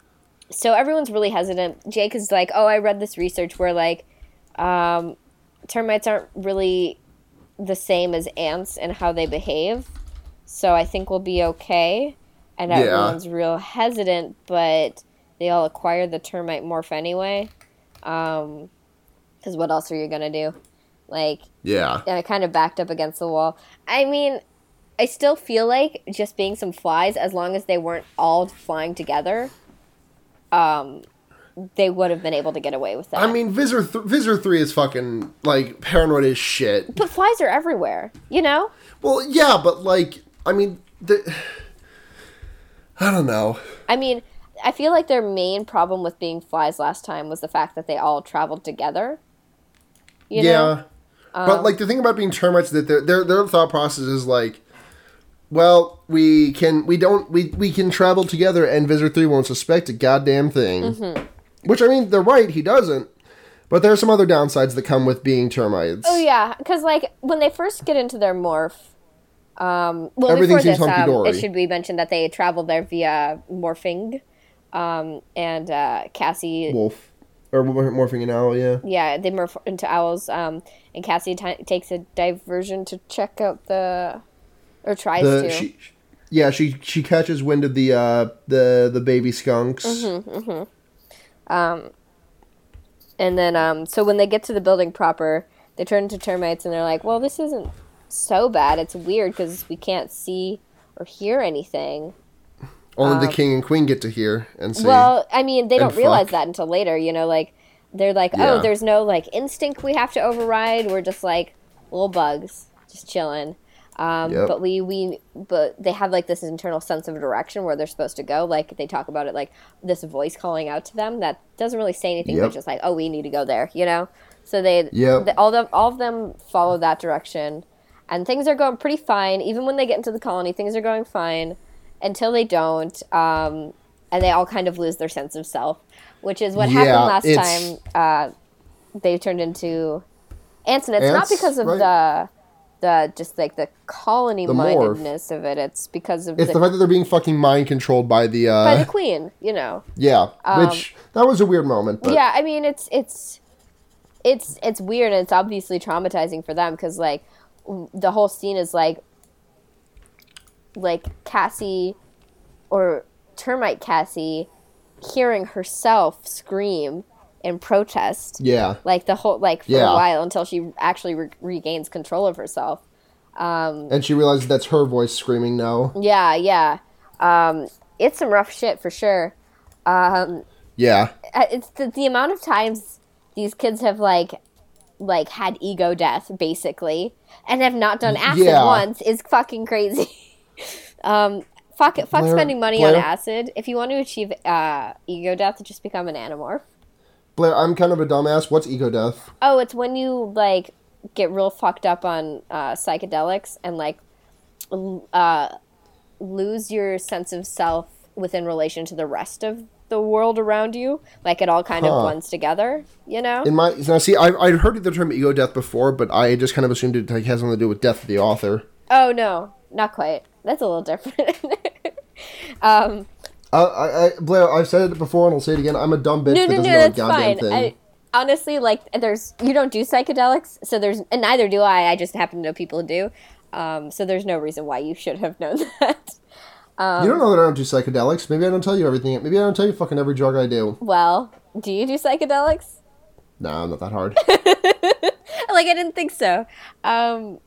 so everyone's really hesitant. Jake is like, "Oh, I read this research where like um, termites aren't really the same as ants and how they behave, so I think we'll be okay." And Yeah. everyone's real hesitant, but they all acquire the termite morph anyway. Because what else are you gonna do? Like, Yeah, and I kind of backed up against the wall. I mean, I still feel like just being some flies, as long as they weren't all flying together, um, they would have been able to get away with that. I mean, Visor th- Visor Three is fucking like paranoid as shit. but flies are everywhere, you know? Well, yeah, but like, I mean, the, I don't know. I mean, I feel like their main problem with being flies last time was the fact that they all traveled together. You yeah. know? but like the thing about being termites is that their their their thought process is like, well, we can we don't we we can travel together and Visitor Three won't suspect a goddamn thing. Mm-hmm. Which I mean, they're right. He doesn't. But there are some other downsides that come with being termites. Oh yeah, because like when they first get into their morph, um, well Everything before seems this, um, hunky-dory. it should be mentioned that they traveled there via morphing, um, and uh, Cassie, Wolf or mor- morphing an owl. Yeah. yeah, they morph into owls, um, and Cassie ti takes a diversion to check out the, or tries The to. she. yeah, she she catches wind of the uh, the the baby skunks. Mm-hmm. And then, um, so when they get to the building proper, they turn into termites and they're like, well, this isn't so bad. It's weird because we can't see or hear anything. Only the king and queen get to hear and see. Um, Well, I mean, they And don't realize fuck. that until later, you know, like, they're like, Yeah. oh, there's no, like, instinct we have to override. We're just, like, little bugs, just chilling. Um, Yep. But we, we, but they have, like, this internal sense of direction where they're supposed to go. Like, they talk about it, like, this voice calling out to them that doesn't really say anything, Yep. but just like, oh, we need to go there, you know? So they, Yep. the- all, the, all of them follow that direction. And things are going pretty fine. Even when they get into the colony, things are going fine until they don't. Um, and they all kind of lose their sense of self, which is what Yeah, happened it's- last time. Uh, they turned into ants, and it's Ants, not because of right. the the just like the colony morph. mindedness of it. It's because of it's the, the fact that they're being fucking mind controlled by the uh, by the queen, you know. yeah, which that was a weird moment. But Um, yeah, I mean it's it's it's it's weird and it's obviously traumatizing for them because like w- the whole scene is like like Cassie or termite Cassie hearing herself scream in protest yeah, like the whole like for Yeah. a while until she actually re- regains control of herself and she realizes that's her voice screaming no. yeah yeah um it's some rough shit for sure um Yeah, uh, it's the, the amount of times these kids have like like had ego death basically and have not done acid yeah. once is fucking crazy um fuck it fuck Blair- spending money on Blair- acid if you want to achieve uh ego death just become an animorph Blair, I'm kind of a dumbass. What's ego death? oh it's when you like get real fucked up on uh psychedelics and like l- uh lose your sense of self within relation to the rest of the world around you like it all kind Huh. of blends together you know In my now, see, I I'd heard the term ego death before, but I just kind of assumed it like, has something to do with death of the author. Oh no, not quite. That's a little different. um, Uh, I, I, Blair, I've said it before and I'll say it again. I'm a dumb bitch no, that no, no, doesn't know a that's goddamn fine. thing. I, honestly, like, there's you don't do psychedelics, so there's and neither do I. I just happen to know people who do. Um, so there's no reason why you should have known that. you don't know um, that I don't do psychedelics. Maybe I don't tell you everything. Maybe I don't tell you fucking every drug I do. Well, do you do psychedelics? Nah, I'm not that hard. Like, I didn't think so. Um,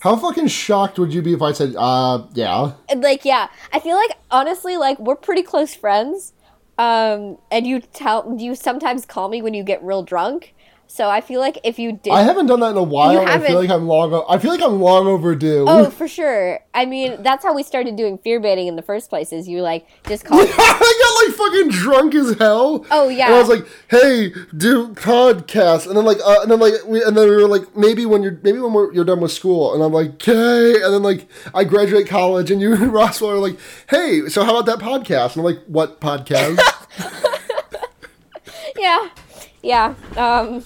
How fucking shocked would you be if I said, uh, yeah? and, like, yeah, I feel like honestly, like, we're pretty close friends. Um, and you tell you sometimes call me when you get real drunk. So I feel like if you did I haven't done that in a while. You I haven't. feel like I'm long. O- I feel like I'm long overdue. Oh, for sure. I mean, that's how we started doing fear baiting in the first place. Is you like just call? I got like fucking drunk as hell. Oh, yeah. And I was like, "Hey, do podcast," and then like, uh, and then like, we, and then we were like, "Maybe when you're, maybe when we're, you're done with school," and I'm like, "Okay," and then like, I graduate college, and you and Roswell are like, "Hey, so how about that podcast?" And I'm like, "What podcast?" yeah, yeah. Um,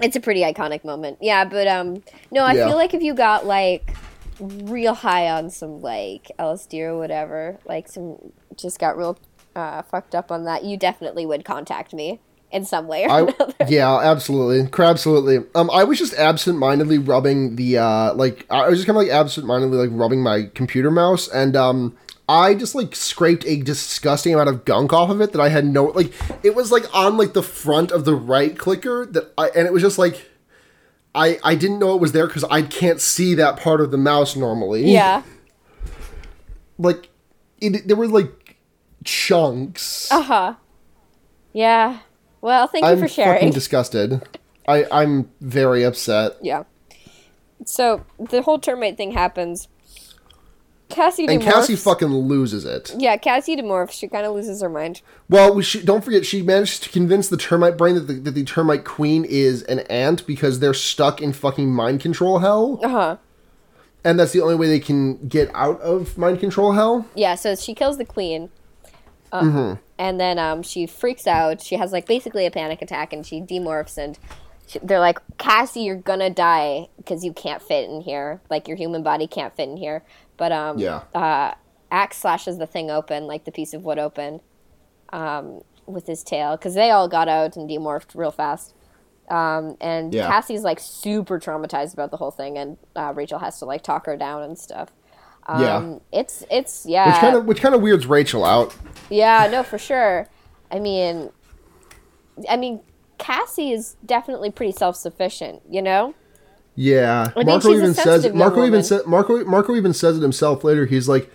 it's a pretty iconic moment. Yeah, but um, no, I Yeah. feel like if you got like real high on some like LSD or whatever, like some just got real uh, fucked up on that, you definitely would contact me in some way or I, another. yeah, absolutely, Crab- absolutely. Um, I was just absent-mindedly rubbing the uh, like I was just kind of like absent-mindedly like rubbing my computer mouse, and um, I just like scraped a disgusting amount of gunk off of it that I had no like. It was like on like the front of the right clicker that I, and it was just like. I, I didn't know it was there because I can't see that part of the mouse normally. Yeah. Like, it, there were like chunks. Uh huh. Yeah. Well, thank you I'm for sharing. fucking disgusted. I, I'm very upset. Yeah. So the whole termite thing happens. Cassie And demorphs. Cassie fucking loses it. yeah, Cassie demorphs. She kind of loses her mind. Well, we should, don't forget, she managed to convince the termite brain that the, that the termite queen is an ant because they're stuck in fucking mind control hell. Uh huh. And that's the only way they can get out of mind control hell. Yeah. So she kills the queen. Uh, Mm-hmm. And then um, she freaks out. She has like basically a panic attack, and she demorphs. And she, they're like, Cassie, you're gonna die because you can't fit in here. Like your human body can't fit in here. But um, Yeah. uh, Axe slashes the thing open, like the piece of wood open, um, with his tail, because they all got out and demorphed real fast. Um, and Yeah. Cassie's like super traumatized about the whole thing, and uh, Rachel has to like talk her down and stuff. Um, uh, Yeah. it's it's yeah, Which kind of which kind of weirds Rachel out. yeah, no, for sure. I mean, I mean, Cassie is definitely pretty self sufficient, you know. Yeah, mean, Marco she's a even says sensitive young Marco even woman. sa- Marco Marco even says it himself later. He's like,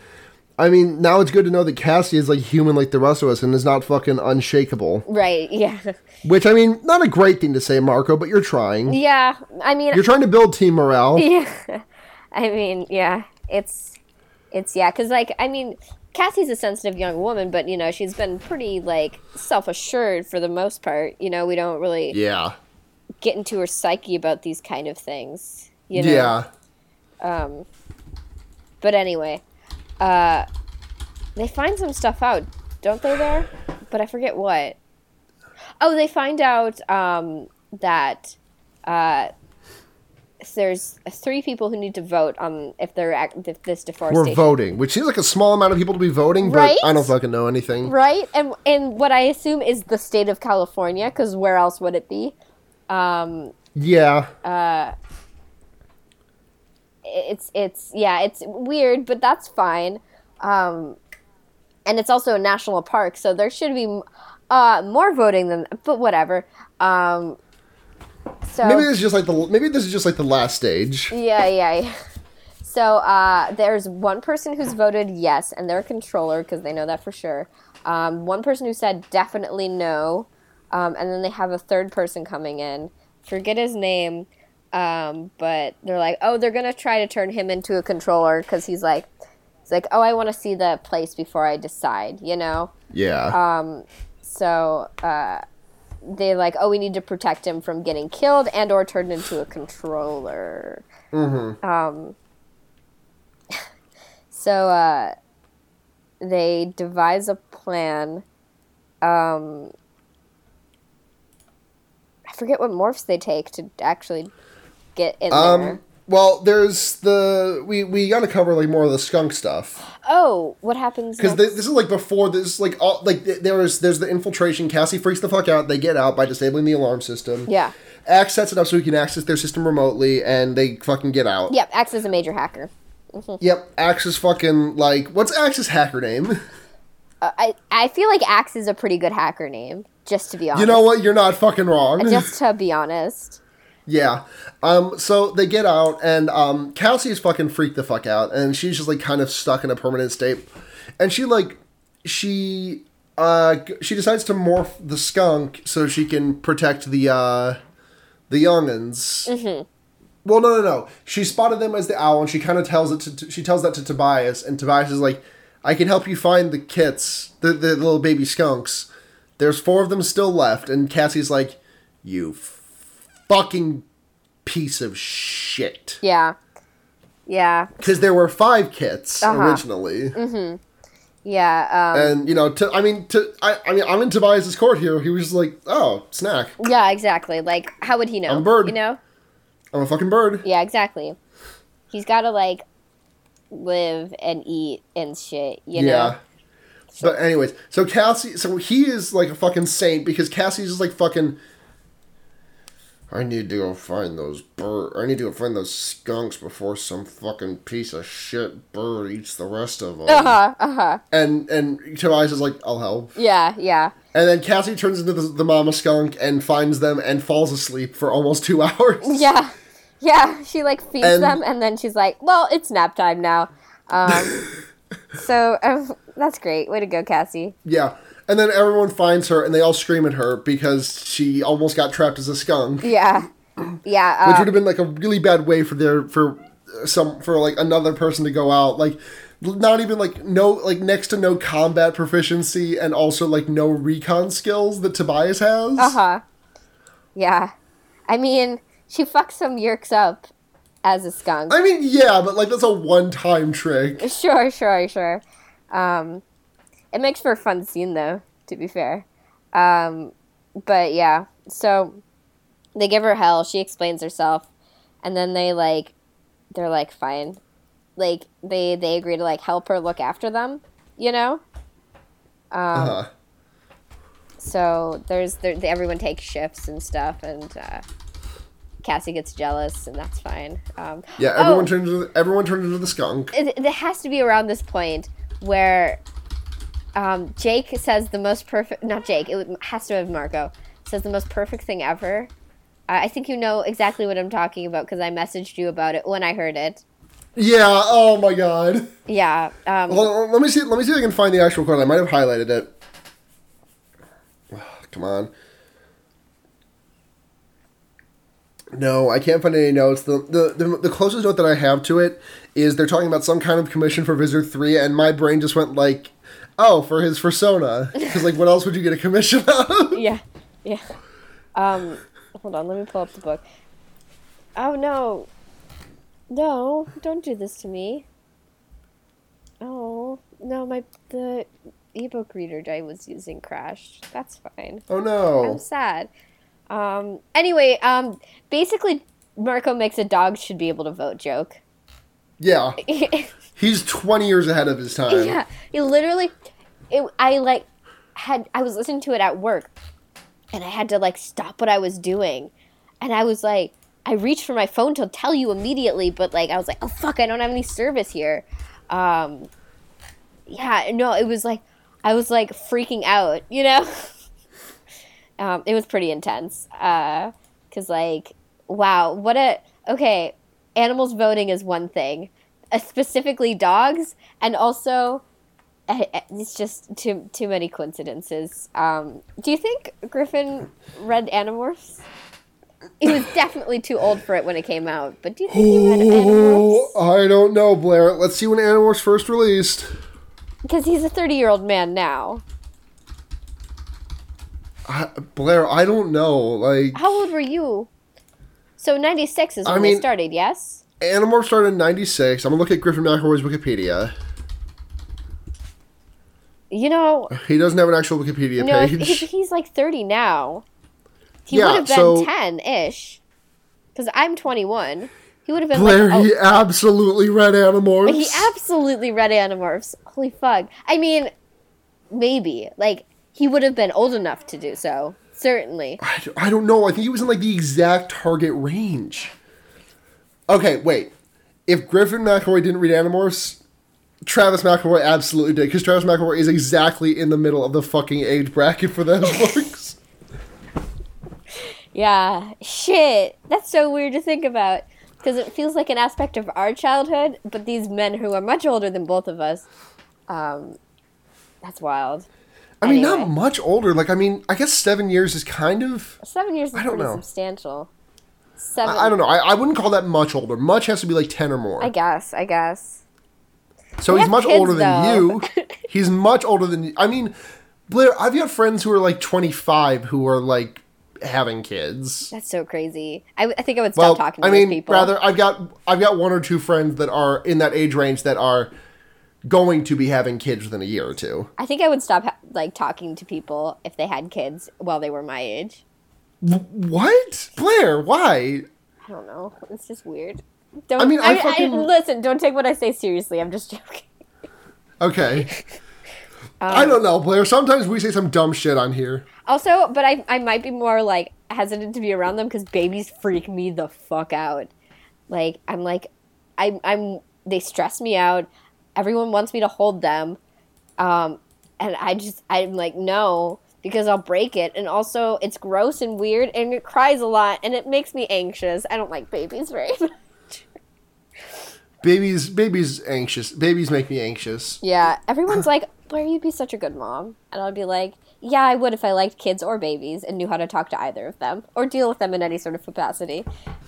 I mean, now it's good to know that Cassie is like human like the rest of us and is not fucking unshakable. Right? Yeah, Which I mean, not a great thing to say, Marco, but you're trying. yeah. I mean, You're trying to build team morale. yeah. I mean, yeah. It's it's yeah, because like I mean, Cassie's a sensitive young woman, but you know she's been pretty like self assured for the most part. You know, we don't really Yeah. get into her psyche about these kind of things. You know? Yeah. But anyway, uh, they find some stuff out, don't they? There, but I forget what. Oh, they find out um, that uh, there's three people who need to vote on if they're act- if this We're deforestation. voting, which seems like a small amount of people to be voting, but Right? I don't fucking know anything. Right, and and what I assume is the state of California, because where else would it be? Yeah. Oh. it's it's yeah it's weird but that's fine um and it's also a national park so there should be uh more voting than but whatever um so maybe this is just like the maybe this is just like the last stage. yeah yeah yeah so uh there's one person who's voted yes and they're a controller because they know that for sure um one person who said definitely no um and then they have a third person coming in forget his name um, but they're like, oh, they're gonna try to turn him into a controller because he's like, he's like, oh, I want to see the place before I decide, you know. Yeah. So uh, they like, oh, we need to protect him from getting killed and or turned into a controller. Mm-hmm. Um. So uh, they devise a plan. Um, I forget what morphs they take to actually get in there. um. Well, there's the we we gotta cover like more of the skunk stuff. Oh, what happens? because next? this is like before this like all like th- there is there's the infiltration cassie freaks the fuck out they get out by disabling the alarm system Yeah. ax sets it up so he can access their system remotely and they fucking get out Yep, Axe is a major hacker. yep ax is fucking like what's ax's hacker name Uh, I I feel like Axe is a pretty good hacker name. Just to be honest, you know what you're not fucking wrong just to be honest, yeah um so they get out and um cassie is fucking freaked the fuck out and she's just like kind of stuck in a permanent state and she like she uh g- she decides to morph the skunk so she can protect the uh the youngins. Well, no, no, no. She spotted them as the owl, and she kind of tells it to, to- She tells that to Tobias, and Tobias is like, "I can help you find the kits, the the little baby skunks. There's four of them still left." And Cassie's like, "You f- fucking piece of shit," yeah, yeah, because there were five kits Uh-huh. originally, yeah, and you know, to, I mean, to I, I mean, I'm in Tobias's court here. He was just like, "Oh, snack. um, yeah, exactly. Like, how would he know? I'm a bird. You know? I'm a fucking bird." Yeah, exactly. He's got to like live and eat and shit. You know? But anyways, so Cassie, so he is like a fucking saint because Cassie's just like fucking. I need to go find those bird. I need to go find those skunks before some fucking piece of shit bird eats the rest of them. Uh huh. Uh huh. And and Tobias is like, I'll help. Yeah. Yeah. And then Cassie turns into the, the mama skunk and finds them and falls asleep for almost two hours. Yeah. Yeah, she like feeds And- them and then she's like, "Well, it's nap time now." Um, so um, that's great. Way to go, Cassie. Yeah. And then everyone finds her and they all scream at her because she almost got trapped as a skunk. Yeah. Yeah. which Uh, would have been like a really bad way for their for uh, some for like another person to go out like not even like no like next to no combat proficiency and also like no recon skills that Tobias has. huh. Uh-huh. Yeah. I mean, she fucks some yerks up as a skunk. I mean, yeah, but like that's a one-time trick. Sure, sure, sure. Um, it makes for a fun scene, though, to be fair. Um, but yeah, so they give her hell. She explains herself, and then they like, they're like, fine. Like they they agree to like help her look after them, you know. uh-huh. so there's there, everyone takes shifts and stuff, and uh, Cassie gets jealous, and that's fine. Um, Yeah, everyone turns into, everyone turns into the skunk. it, it has to be around this point where um, Jake says the most perfect. Not Jake. It would- has to have Marco says the most perfect thing ever. I I think you know exactly what I'm talking about because I messaged you about it when I heard it. Yeah. Oh my god. Yeah. Um, Hold on, let me see. Let me see if I can find the actual quote. I might have highlighted it. Come on. No, I can't find any notes. The, the the the closest note that I have to it is they're talking about some kind of commission for Visitor Three, and my brain just went like, "Oh, for his persona," because like, what else would you get a commission of? yeah. Yeah. Um, hold on. Let me pull up the book. Oh no. No! Don't do this to me. Oh no! My the ebook reader I was using crashed. That's fine. oh I'm no! sad. Um, anyway, um, basically, Marco makes a dog should be able to vote joke. Yeah, he's twenty years ahead of his time. yeah, it literally, it, I like had I was listening to it at work, and I had to like stop what I was doing, and I was like, I reached for my phone to tell you immediately, but like I was like, oh fuck, I don't have any service here. Um, yeah, no, it was like I was like freaking out, you know. um, it was pretty intense. Uh, cause like, wow, what a okay. Animals voting is one thing, uh, specifically dogs, and also uh, uh, it's just too too many coincidences. Um, do you think Griffin read Animorphs? He was definitely too old for it when it came out, but do you think he read Animorphs? Oh, I don't know, Blair. Let's see when Animorphs first released. Because he's a thirty-year-old man now. I, Blair, I don't know. Like, How old were you? So ninety-six is when I they mean- started. Yes. Animorph started in 96. I'm going to look at Griffin McElroy's Wikipedia. You know, He doesn't have an actual Wikipedia No, if, page. if he's like 30 now. He Yeah, would have been so- 10 ish. Because I'm 21. He would have been Blair, like. he oh, absolutely read Animorphs. he absolutely read Animorphs. Holy fuck. I mean, maybe. Like, he would have been old enough to do so. Certainly. I, d- I don't know. I think he was in like the exact target range. Okay, wait. If Griffin McElroy didn't read Animorphs, Travis McElroy absolutely did because Travis McElroy is exactly in the middle of the fucking age bracket for those books. Yeah. Shit. That's so weird to think about. Because it feels like an aspect of our childhood, but these men who are much older than both of us. Um, that's wild. I mean, not Anyway. much older. Like, I mean, I guess seven years is kind of. Seven years is don't pretty know. substantial. Seven. I, I don't know. I, I wouldn't call that much older. Much has to be like 10 or more. I guess. I guess. So he's have much kids, older than though. you. He's much older than you. I mean, Blair, I've got friends who are like 25 who are like having kids. That's so crazy. I, w- I think I would stop Well, talking to I those mean, people. rather I've got I've got one or two friends that are in that age range that are going to be having kids within a year or two. I think I would stop ha- like talking to people if they had kids while they were my age. What? Blair, why? I don't know. It's just weird. Don't. I mean, I fucking- listen. Don't take what I say seriously. I'm just joking. Okay. I Um, don't know, Blair. Sometimes we say some dumb shit on here. Also, but I I might be more like hesitant to be around them because babies freak me the fuck out. Like I'm like, I'm I'm they stress me out. Everyone wants me to hold them, um, and I just I'm like no because I'll break it. And also, it's gross and weird, and it cries a lot, and it makes me anxious. I don't like babies very much. Babies babies anxious. Babies make me anxious. Yeah, everyone's like, Blair, you'd be such a good mom. And I'd be like, yeah, I would if I liked kids or babies and knew how to talk to either of them or deal with them in any sort of capacity.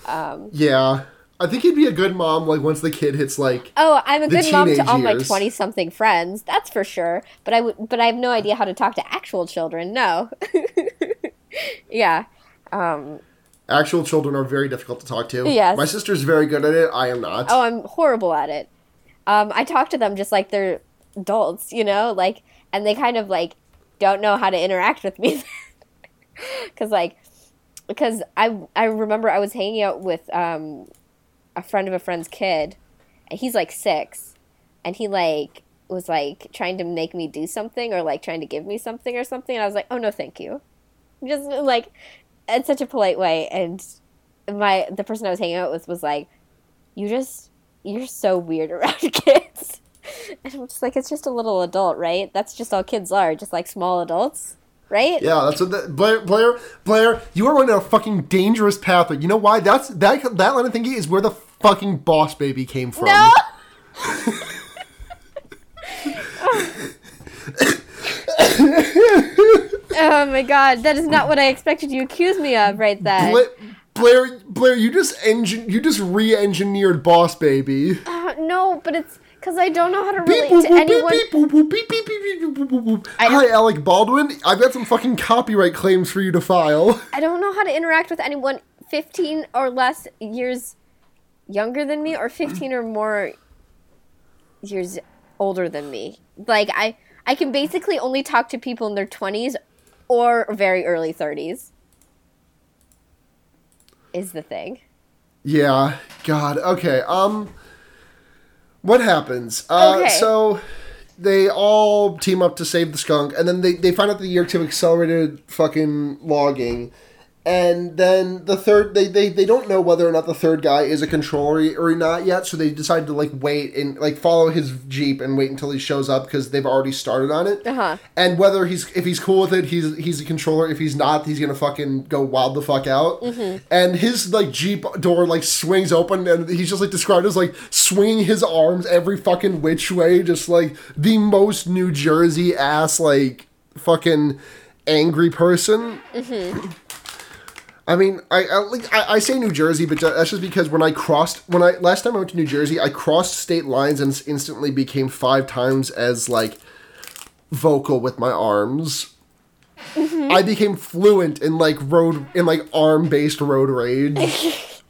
Um, Yeah. I think he'd be a good mom like once the kid hits like oh, I'm a The good mom to teenage all my years. 20 something friends, that's for sure. But I, would, but I have no idea how to talk to actual children, no. yeah. Um, Actual children are very difficult to talk to. Yes. My sister's very good at it. I am not. oh, I'm horrible at it. Um, I talk to them just like they're adults, you know, like, and they kind of like don't know how to interact with me, because like, because I I remember I was hanging out with um, a friend of a friend's kid, and he's like six, and he like was like trying to make me do something or like trying to give me something or something, and I was like, "Oh no, thank you," just like in such a polite way. And my the person I was hanging out with was like, "You just you're so weird around kids," and I'm just like, "It's just a little adult, right? That's just all kids are, just like small adults, right?" Yeah, that's what that, Blair, Blair, Blair. You are running down a fucking dangerous path, but you know why? That's that that line of thinking is where the fucking boss baby came from. No. Oh my god, that is not what I expected you to accuse me of right then. Bla- Blair, Blair, you just engine, you just re-engineered Boss Baby. Uh, no, but it's because I don't know how to Beep, relate boop, to boop, beep, anyone. beep, boop, boop, beep, beep, beep, beep, boop, boop, boop. I don't- Hi, Alec Baldwin. I've got some fucking copyright claims for you to file. I don't know how to interact with anyone 15 or less years younger than me or 15 or more years older than me. Like I I can basically only talk to people in their 20s or very early 30s. Is the thing. Yeah. God. Okay. Um. What happens? Uh, Okay. So they all team up to save the skunk, and then they, they find out the year to accelerated fucking logging. And then the third, they, they, they don't know whether or not the third guy is a controller or not yet, so they decide to like wait and like follow his jeep and wait until he shows up because they've already started on it. Uh-huh. And whether he's if he's cool with it, he's he's a controller. If he's not, he's gonna fucking go wild the fuck out. And his like jeep door like swings open, and he's just like described as like swinging his arms every fucking which way, just like the most New Jersey ass like fucking angry person. I mean, I, I like I, I say New Jersey, but that's just because when I crossed when I last time I went to New Jersey, I crossed state lines and instantly became five times as like vocal with my arms. I became fluent in like road in like arm based road rage.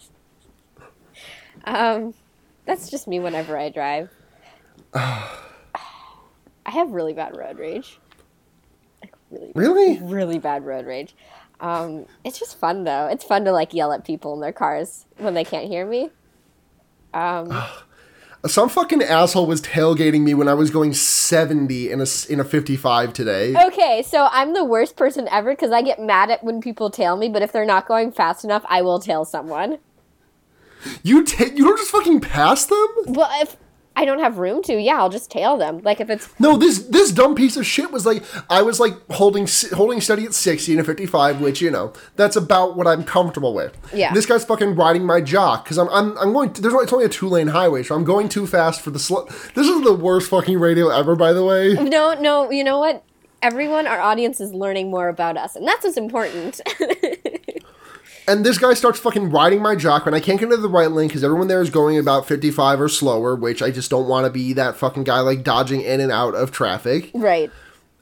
That's just me whenever I drive. I have really bad road rage. Like really really? really bad road rage. Um, it's just fun though. It's fun to like yell at people in their cars when they can't hear me. Some fucking asshole was tailgating me when I was going seventy in a s- in a fifty five today. Okay, so I'm the worst person ever because I get mad at when people tail me, but if they're not going fast enough, I will tail someone. You ta- you don't just fucking pass them. Well, if I don't have room to, yeah, I'll just tail them. Like if it's No, this this dumb piece of shit was like I was like holding s- holding steady at sixty and a fifty five, which you know that's about what I'm comfortable with. Yeah. This guy's fucking riding my jock because I'm I'm I'm going. To, there's only, it's only a two lane highway, so I'm going too fast for the slow. This is the worst fucking radio ever, by the way. no, no, you know what? Everyone, our audience is learning more about us, and that's what's important. And this guy starts fucking riding my jock when I can't get into the right lane because everyone there is going about 55 or slower, which I just don't want to be that fucking guy like dodging in and out of traffic. right.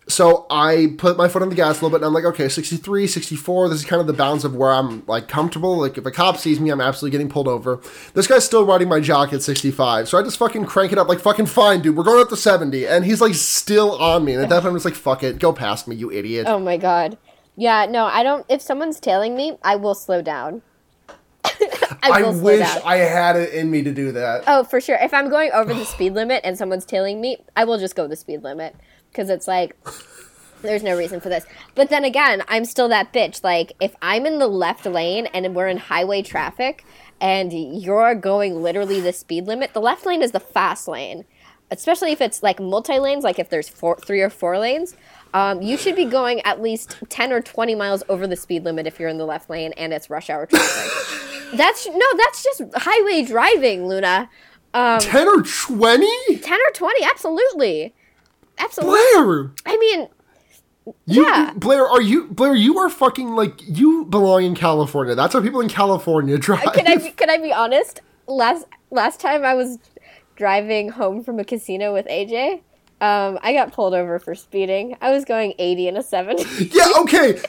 So I put my foot on the gas a little bit and I'm like, okay, 63, 64, this is kind of the bounds of where I'm like comfortable. Like if a cop sees me, I'm absolutely getting pulled over. This guy's still riding my jock at 65. So I just fucking crank it up like fucking fine, dude. We're going up to 70. And he's like still on me. And at that point I'm just like, fuck it, go past me, you idiot. Oh my god. Yeah, no, I don't. If someone's tailing me, I will slow down. I, will slow wish down. I had it in me to do that. Oh, for sure. If I'm going over the speed limit and someone's tailing me, I will just go the speed limit because it's like there's no reason for this. But then again, I'm still that bitch. Like if I'm in the left lane and we're in highway traffic and you're going literally the speed limit, the left lane is the fast lane. Especially if it's like multi lanes, like if there's four, three or four lanes, um, you should be going at least ten or twenty miles over the speed limit if you're in the left lane and it's rush hour traffic. that's no, that's just highway driving, Luna. Um, 10 or 20? 10 or 20 absolutely absolutely Blair! i mean You, Yeah. Blair, are you Blair? You are fucking like you belong in California. That's how people in California drive. can i be, can i be honest last last time i was driving home from a casino with aj um, I got pulled over for speeding. I was going 80 and a 70. yeah, okay.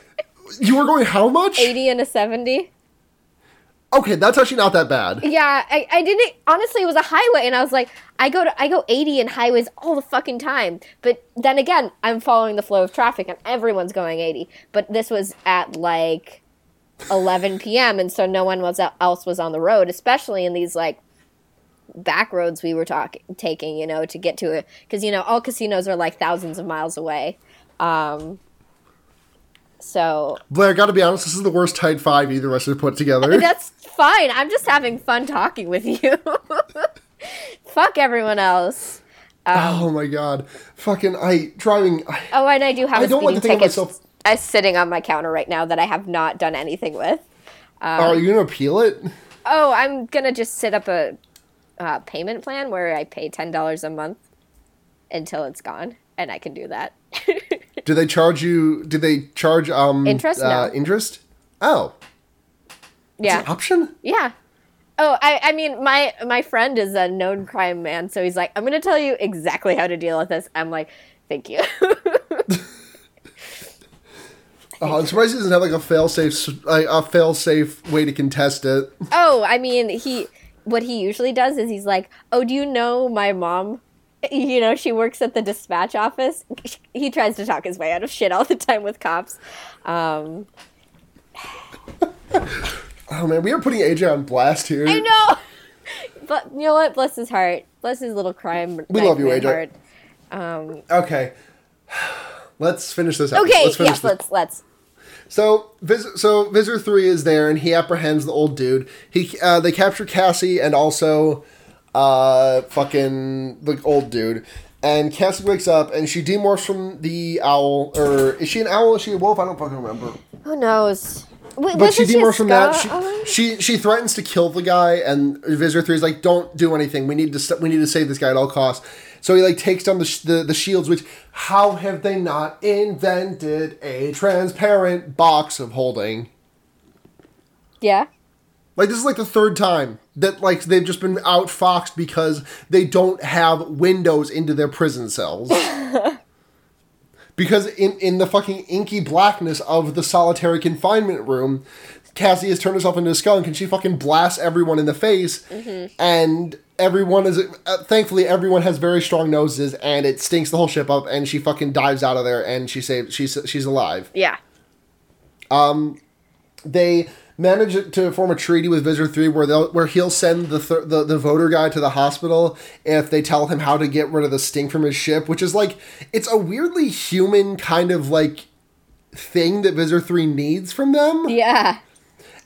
You were going how much? 80 and a 70. Okay, that's actually not that bad. Yeah, I, I didn't honestly it was a highway and I was like, I go to I go 80 in highways all the fucking time. But then again, I'm following the flow of traffic and everyone's going 80. But this was at like 11 p.m. and so no one was else was on the road, especially in these like back roads we were talking taking, you know, to get to it because you know all casinos are like thousands of miles away. Um, so Blair, gotta be honest, this is the worst tight five either of us have put together. that's fine. I'm just having fun talking with you. Fuck everyone else. oh my god. Fucking I driving I, Oh, and I do have I a don't like speeding to think of ticket myself- s- uh, sitting on my counter right now that I have not done anything with. Uh, are you gonna appeal it? Oh, I'm gonna just set up a uh, payment plan where I pay ten dollars a month until it's gone, and I can do that. Do they charge you do they charge um Interest? uh, No. interest? Oh. It's yeah, an option? yeah. Oh, I, I mean, my my friend is a known crime man, so he's like, I'm gonna tell you exactly how to deal with this. I'm like, thank you. Oh, I'm surprised he doesn't have like a fail safe like, a fail safe way to contest it. Oh, I mean, he what he usually does is he's like, "Oh, do you know my mom? You know, she works at the dispatch office." He tries to talk his way out of shit all the time with cops. Um, Oh man, we are putting AJ on blast here. I know, but you know what? Bless his heart. Bless his little crime. We love you, nightmare AJ. heart. Okay. Let's finish this up. Okay, Let's finish yes, this. let's let's. So, Vis- so Visor Three is there, and he apprehends the old dude. He uh, they capture Cassie and also, uh, fucking the old dude. And Cassie wakes up, and she demorphs from the owl. Or is she an owl? Is she a wolf? I don't fucking remember. Who knows? Wait, But she wasn't a demorphs from that. ska- She, she she threatens to kill the guy, and Visitor Three is like, "Don't do anything. We need to st- we need to save this guy at all costs." So he like takes down the, sh- the the shields. Which how have they not invented a transparent box of holding? yeah. Like this is like the third time that like they've just been outfoxed because they don't have windows into their prison cells. because in in the fucking inky blackness of the solitary confinement room, Cassie has turned herself into a skunk and she fucking blasts everyone in the face and everyone is uh, thankfully everyone has very strong noses and it stinks the whole ship up and she fucking dives out of there and she saved she's she's alive Yeah. they manage to form a treaty with Visitor Three, where they'll where he'll send the, th- the the voter guy to the hospital if they tell him how to get rid of the stink from his ship, which is like it's a weirdly human kind of like thing that Visitor Three needs from them, Yeah.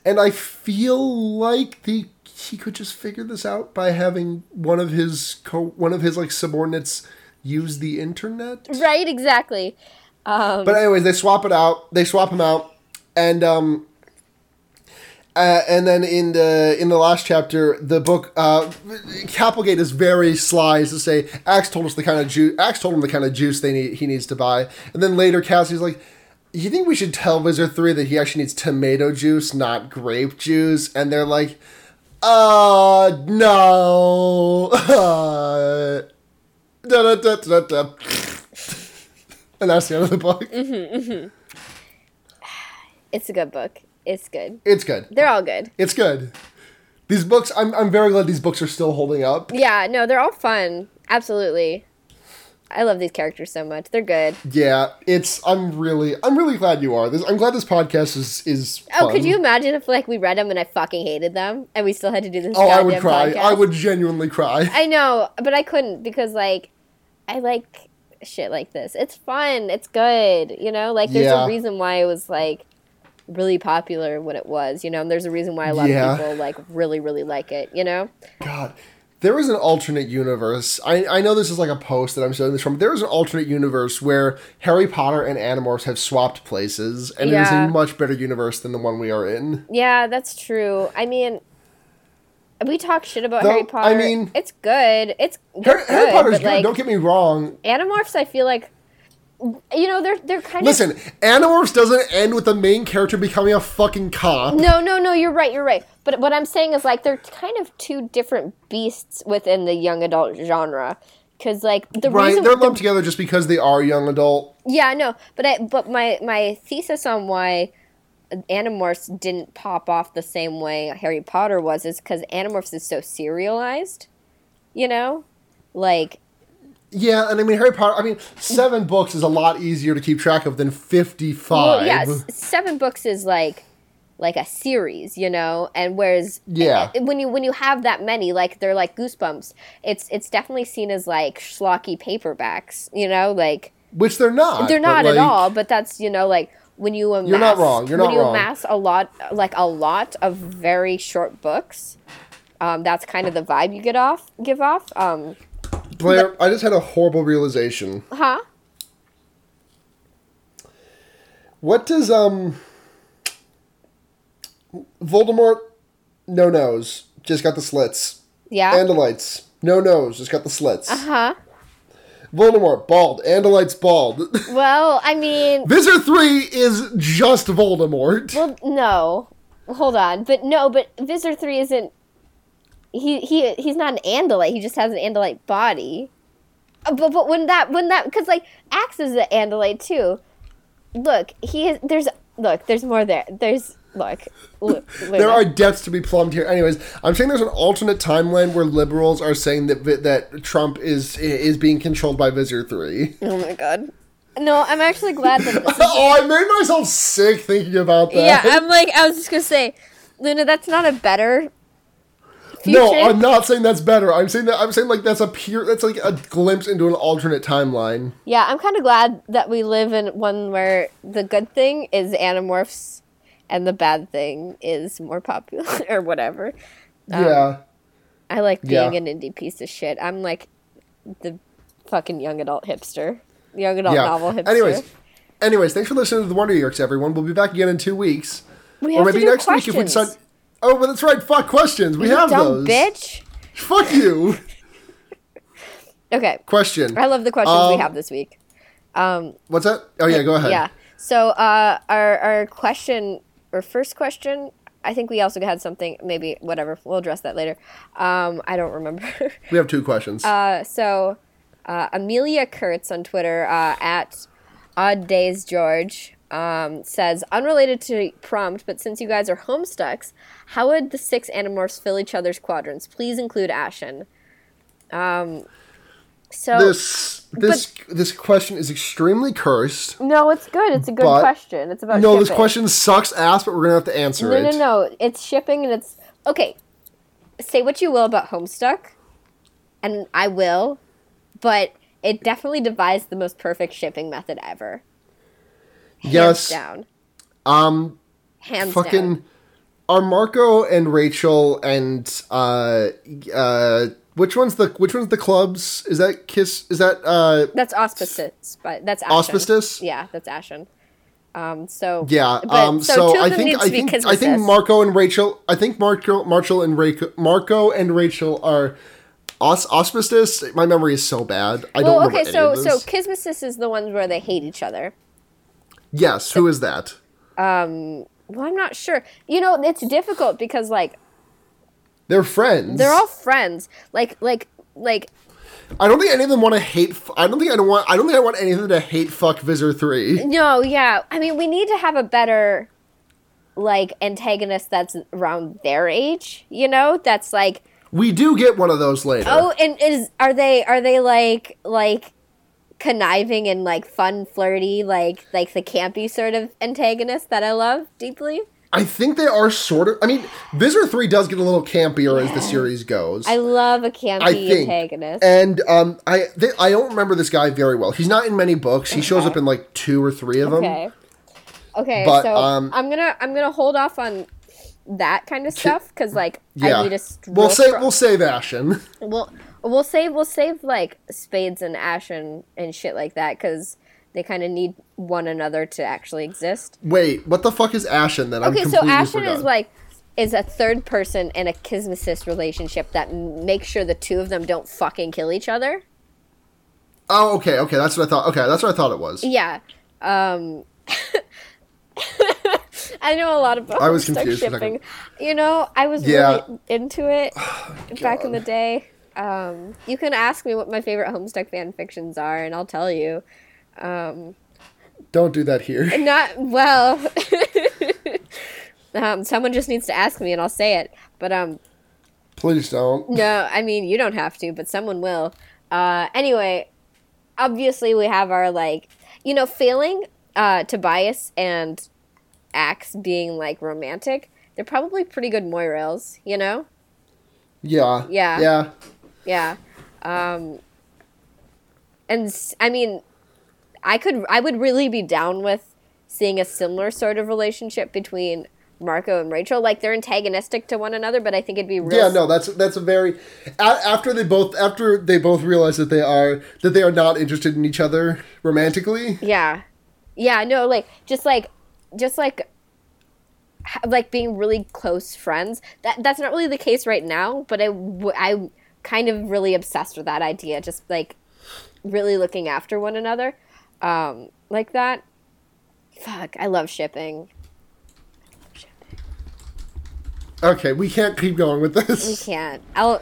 and I feel like the he could just figure this out by having one of his co- one of his like subordinates use the internet. Right. Exactly. But anyways, they swap it out. They swap him out, and um, uh, and then in the in the last chapter, the book uh, Capelgate is very sly as to say Axe told us the kind of juice. Axe told him the kind of juice they need he needs to buy, and then later Cassie's like. You think we should tell Wizard 3 that he actually needs tomato juice, not grape juice? And they're like, uh, no. Uh, da, da, da, da, da. And that's the end of the book. It's a good book. It's good. It's good. They're all good. It's good. These books, I'm, I'm very glad these books are still holding up. Yeah, no, they're all fun. Absolutely. I love these characters so much. They're good. Yeah, it's I'm really I'm really glad you are. This I'm glad this podcast is is. Oh, fun. could you imagine if like we read them and I fucking hated them and we still had to do this? Oh, I goddamn would cry. podcast? I would genuinely cry. I know, but I couldn't because like I like shit like this. It's fun. It's good. You know, like there's Yeah. a reason why it was like really popular when it was. You know, and there's a reason why a lot Yeah. of people like really really like it. You know. God, there is an alternate universe. I I know this is like a post that I'm showing this from. But there is an alternate universe where Harry Potter and Animorphs have swapped places, and it is Yeah. a much better universe than the one we are in. Yeah, that's true. I mean, we talk shit about Though, Harry I Potter. mean- it's good. It's Harry, good, Harry Potter's but good. like don't get me wrong. Animorphs, I feel like you know they're they're kind Listen, of Animorphs doesn't end with the main character becoming a fucking cop. no, no, no. You're right. You're right. But what I'm saying is like they're kind of two different beasts within the young adult genre. Because like the Right, reason they're lumped together just because they are young adult. Yeah, no, but I but my my thesis on why Animorphs didn't pop off the same way Harry Potter was is because Animorphs is so serialized, you know, like Yeah, and I mean Harry Potter. I mean, seven books is a lot easier to keep track of than fifty-five. well, yes, seven books is like like a series, you know. And whereas Yeah. and- and when you when you have that many, like they're like goosebumps. It's it's definitely seen as like schlocky paperbacks, you know, like which they're not. they're but, not like, at all. But that's you know like when you amass You're not wrong, you're when not you wrong. amass a lot like a lot of very short books. Um, that's kind of the vibe you get off give off. Um, Blair, I just had a horrible realization. huh? What does um Voldemort no nose just got the slits. Yeah. Uh-huh. Andalites no nose just got the slits. huh? Voldemort bald. Andalites bald. Well, I mean, Visor three is just Voldemort. well, no, hold on, but no, but Visitor Three isn't. He he he's not an Andalite. He just has an Andalite body. Uh, But but when that when that because like Axe is an Andalite too. Look, he is. There's look. There's more there. There's look. look There are depths to be plumbed here. Anyways, I'm saying there's an alternate timeline where liberals are saying that vi- that Trump is is being controlled by Visor three. Oh my god. No, I'm actually glad that this oh, I made myself sick thinking about that. Yeah, I'm like I was just gonna say, Luna, that's not a better. Future. No, I'm not saying that's better. I'm saying that I'm saying like that's a pure that's like a glimpse into an alternate timeline. Yeah, I'm kind of glad that we live in one where the good thing is animorphs and the bad thing is more popular or whatever. Um, yeah. I like being Yeah. an indie piece of shit. I'm like the fucking young adult hipster. Young adult Yeah. novel hipster. Anyways. Anyways, thanks for listening to the Wonder Yorks, everyone. We'll be back again in two weeks. we have to do questions. Oh, but that's right. Fuck questions. We You have dumb those. bitch. Fuck you. Okay. Question. I love the questions we Um, have this week. What's that? Oh yeah, go ahead. Yeah. So uh, our our question or first question, I think we also had something. Maybe whatever. We'll address that later. Um, I don't remember. We have two questions. uh, so uh, Amelia Kurtz on Twitter uh, at Odd Days George um, says unrelated to prompt, but since you guys are homestucks, how would the six animorphs fill each other's quadrants? Please include Ashen. Um, so this this this question is extremely cursed. no, it's good. It's a good But- question. It's about No, this shipping. question sucks ass, but we're gonna have to answer No, it. no, no. It's shipping and it's okay. Say what you will about Homestuck, and I will, but it definitely devised the most perfect shipping method ever. Hands Yes. down. Um. Hands Fucking. down. Are Marco and Rachel and uh uh which one's the which one's the clubs? Is that kiss? Is that uh That's auspices, but that's Ashen. Auspices? Yeah, that's Ashen. Um. So Yeah. but- um, so two of I them think needs I to be think I think kisses. Marco and Rachel. I think Marco, Marshall and Rachel, Marco and Rachel are aus- auspicious. My memory is so bad. I don't Well, remember okay, any so of so this. kismisis is the ones where they hate each other. yes. Who is that? Well, I'm not sure. You know, it's difficult because like They're friends. they're all friends. Like like like I don't think any of them want to hate. F- I don't think I don't want. I don't think I want any of them to hate. Fuck Visor three. No, yeah. I mean, we need to have a better like antagonist that's around their age, you know? That's like, We do get one of those later. oh, and is are they are they like like conniving and like fun flirty like like the campy sort of antagonist that I love deeply? I think they are sort of. I mean, Visor three does get a little campier as the series goes. I love a campy I think. antagonist. And um, I th- I don't remember this guy very well. He's not in many books. He shows up in like two or three of them. okay. Okay, but, so um, I'm going to I'm going to hold off on that kind of stuff cuz like Yeah, I need a str- we'll real save strong- we'll save Ashen. We'll we'll save we'll save like spades and ash and, and shit like that because they kind of need one another to actually exist. Wait, what the fuck is Ashen? Then I'm Okay, so completely Ashen forgot. is like is a third person in a kismicis relationship that m- makes sure the two of them don't fucking kill each other. oh, okay, okay, that's what I thought. Okay, that's what I thought it was. Yeah. Um I know a lot about I was stuck confused for a shipping. You know, I was Yeah. Oh, really into it back in the day. Um, you can ask me what my favorite Homestuck fan fictions are, and I'll tell you. Don't do that here. Not well. um, someone just needs to ask me, and I'll say it. But um, Please don't. no, I mean you don't have to, but someone will. Uh, anyway, obviously we have our like, you know, failing uh, Tobias and acts being like romantic, they're probably pretty good moirails, you know? Yeah. Yeah. Yeah. Yeah. Um and s- I mean I could I would really be down with seeing a similar sort of relationship between Marco and Rachel. Like they're antagonistic to one another, but I think it'd be real Yeah, no, that's that's a very a- after they both after they both realize that they are that they are not interested in each other romantically. Yeah. Yeah, no, like just like just like ha- like being really close friends. That that's not really the case right now, but I w- I'm kind of really obsessed with that idea just like really looking after one another um like that. Fuck, I love shipping. Okay, we can't keep going with We this. can't. I'll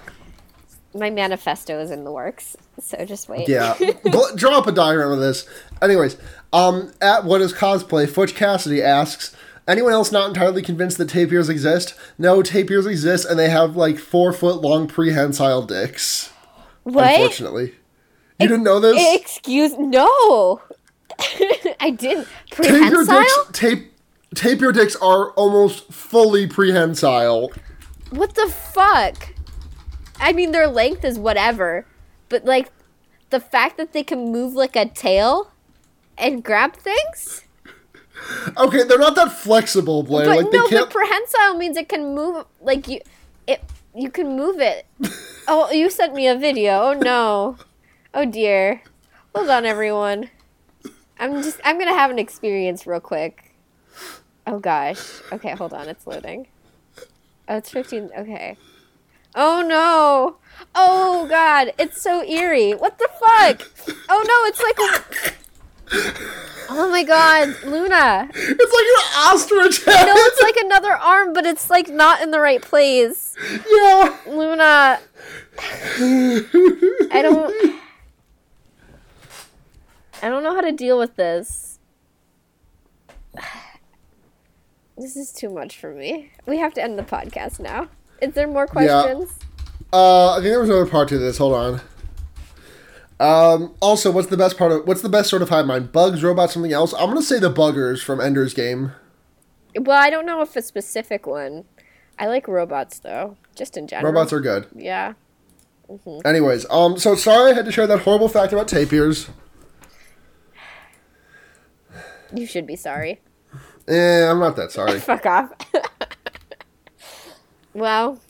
my manifesto is in the works, so just wait. Yeah, Bl- draw up a diagram of this. Anyways, um, at what is cosplay? Fudge Cassidy asks. Anyone else not entirely convinced that tapirs exist? No, tapirs exist, and they have like four foot long prehensile dicks. what? Unfortunately, you didn't know this. Excuse no. I didn't. Tapir dicks, Prehensile? tape, tapir dicks are almost fully prehensile. What the fuck? I mean, their length is whatever, but like the fact that they can move like a tail and grab things. Okay, they're not that flexible, Blair. But like no, they but can't. prehensile means it can move. Like you, it you can move it. oh, you sent me a video. Oh no. Oh dear. Hold on, everyone. I'm just. I'm gonna have an experience real quick. Oh gosh. Okay, hold on. It's loading. Oh, it's 15. Okay. Oh no. Oh god. It's so eerie. What the fuck? Oh no. It's like. A... Oh my god, Luna. it's like an ostrich head. No, it's like another arm, but it's like not in the right place. yeah. Luna, I don't. I don't know how to deal with this. This is too much for me. We have to end the podcast now. Is there more questions? Uh, I think there was another part to this. Hold on. Um, also, what's the best part of what's the best sort of hive mind? Bugs, robots, something else? I'm gonna say the buggers from Ender's Game. Well, I don't know if a specific one. I like robots though, just in general. Robots are good. yeah. Anyways, um, so sorry I had to share that horrible fact about tapirs. You should be sorry. Eh, I'm not that sorry. Fuck off. well.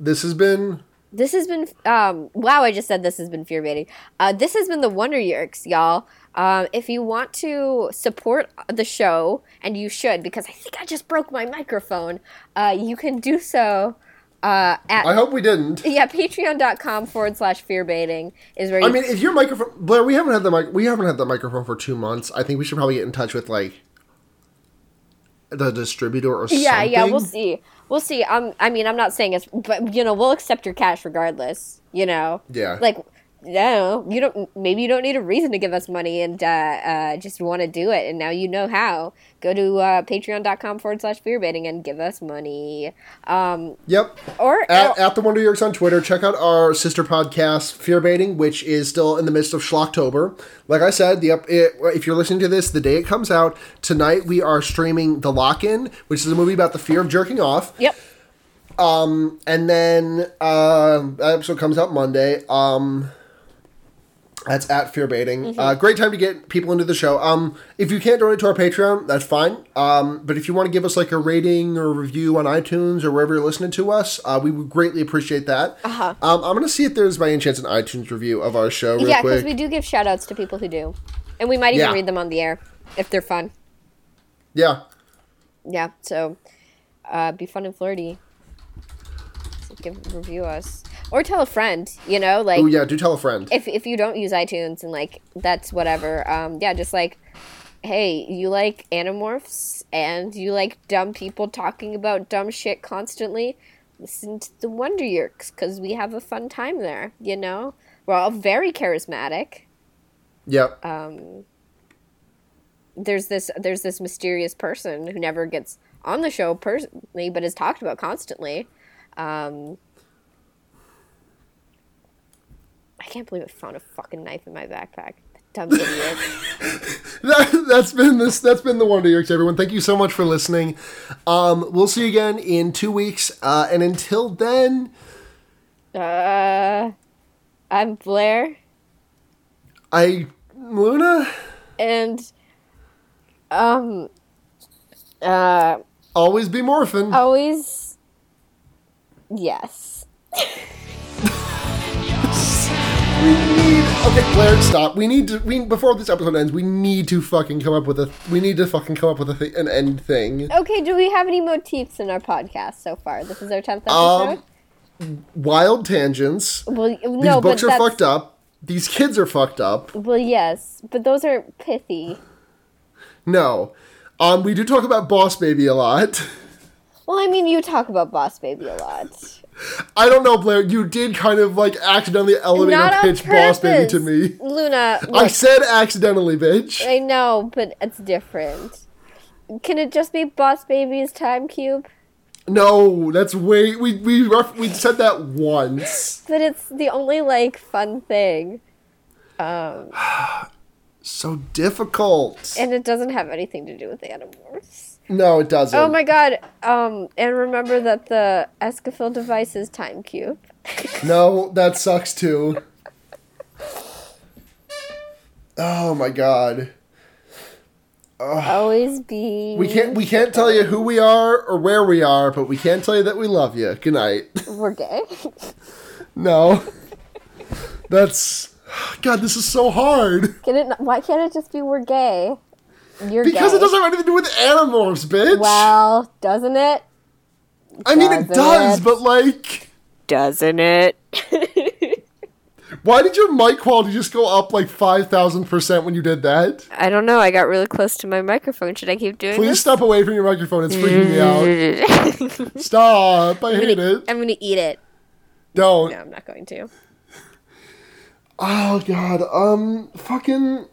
this has been This has been um wow, I just said this has been fear baiting. Uh this has been the Wonder Yerks, y'all. Um if you want to support the show, and you should because I think I just broke my microphone, uh you can do so uh at I hope we didn't. yeah, patreon.com forward slash fear baiting is where you I mean, if your microphone, Blair, we haven't had the mic. We haven't had the microphone for two months. I think we should probably get in touch with like the distributor or Yeah, something. yeah, we'll see. We'll see. Um I mean I'm not saying it's but you know, we'll accept your cash regardless, you know. Yeah. like no you don't maybe you don't need a reason to give us money and uh, uh, just want to do it and now you know how go to uh, patreon.com forward slash fearbaiting and give us money um Yep. or oh, At, at the Wonder Yorks on Twitter, check out our sister podcast, Fear Baiting, which is still in the midst of Schlocktober. Like I said, the up, it, if you're listening to this the day it comes out tonight, we are streaming The Lock In, which is a movie about the fear of jerking off. yep and then um that episode comes out Monday. Um, that's at fear baiting. Mm-hmm. Uh, great time to get people into the show. Um, if you can't donate to our Patreon, that's fine. Um, but if you want to give us like a rating or review on iTunes or wherever you're listening to us, uh, we would greatly appreciate that. Uh-huh. Um, I'm gonna see if there's by any chance an iTunes review of our show real yeah because quick. we do give shout outs to people who do and we might even Yeah. read them on the air if they're fun yeah. yeah so uh, be fun and flirty So give review us or tell a friend you know like Oh yeah. Do tell a friend. if if you don't use iTunes and like that's whatever, um, yeah, just like, hey, you like animorphs and you like dumb people talking about dumb shit constantly. Listen to the Wonder Yerks because we have a fun time there. You know, we're all very charismatic. uh, yep. There's this there's this mysterious person who never gets on the show personally, but is talked about constantly. Um, I can't believe I found a fucking knife in my backpack. dumb idiots. that, that's been this. That's been the Wonder Yorks, everyone. Thank you so much for listening. Um, we'll see you again in two weeks, uh, and until then, uh, I'm Blair, I Luna. and um, uh, Always be Oh. morphin. always, yes. We need. Okay, Blair, stop. We need to. We before this episode ends, we need to fucking come up with a. We need to fucking come up with a thi- an end thing. Okay, do we have any motifs in our podcast so far? This is our tenth episode. Um, Wild tangents. well, y- These no, books are but that's, fucked up. These kids are fucked up. Well, yes, but those are pithy. No. Um, we do talk about Boss Baby a lot. Well, I mean, you talk about Boss Baby a lot. I don't know, Blair. You did kind of like accidentally elevator Not on pitch Boss Baby to purpose. me. Luna. I Look, said accidentally, bitch. I know, but it's different. Can it just be Boss Baby's time cube? No, that's way we we ref, we said that once. But it's the only like fun thing, So difficult. and it doesn't have anything to do with Animorphs. No, it doesn't. Oh my god! Um, and remember that the Escafil device is time cube. No, that sucks too. Oh my god. Always be. We can't we can't tell you who we are or where we are, but we can tell you that we love you. Good night. We're gay. No. That's God, this is so hard. Can it? not- Why can't it just be we're gay? You're Because gay. it doesn't have anything to do with Animorphs, bitch. Well, doesn't it? I mean it doesn't does, it? but like Doesn't it? why did your mic quality just go up like five thousand percent when you did that? I don't know. I got really close to my microphone. Should I keep doing Please this? step away from your microphone, it's freaking me out. Stop, I hate it. I'm gonna eat it. Don't. No, I'm not going to. Oh god. Um fucking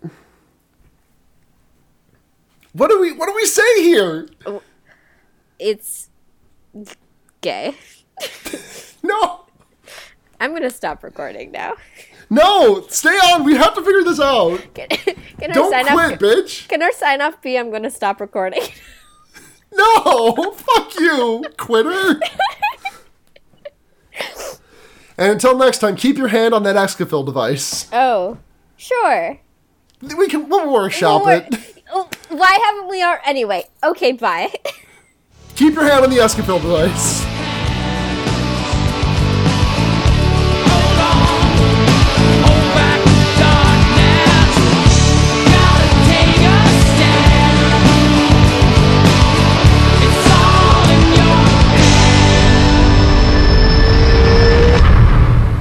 What do we what do we say here? It's gay. No. I'm gonna stop recording now. No, stay on. We have to figure this out. Can, can Don't our sign quit, off? bitch. Can our sign off be? I'm gonna stop recording. No, fuck you, quitter. and until next time, keep your hand on that Escafil device. oh, sure. We can we'll workshop Or- it. Oh, why haven't we? Are anyway. Okay. Bye. Keep your hand on the Escafil device.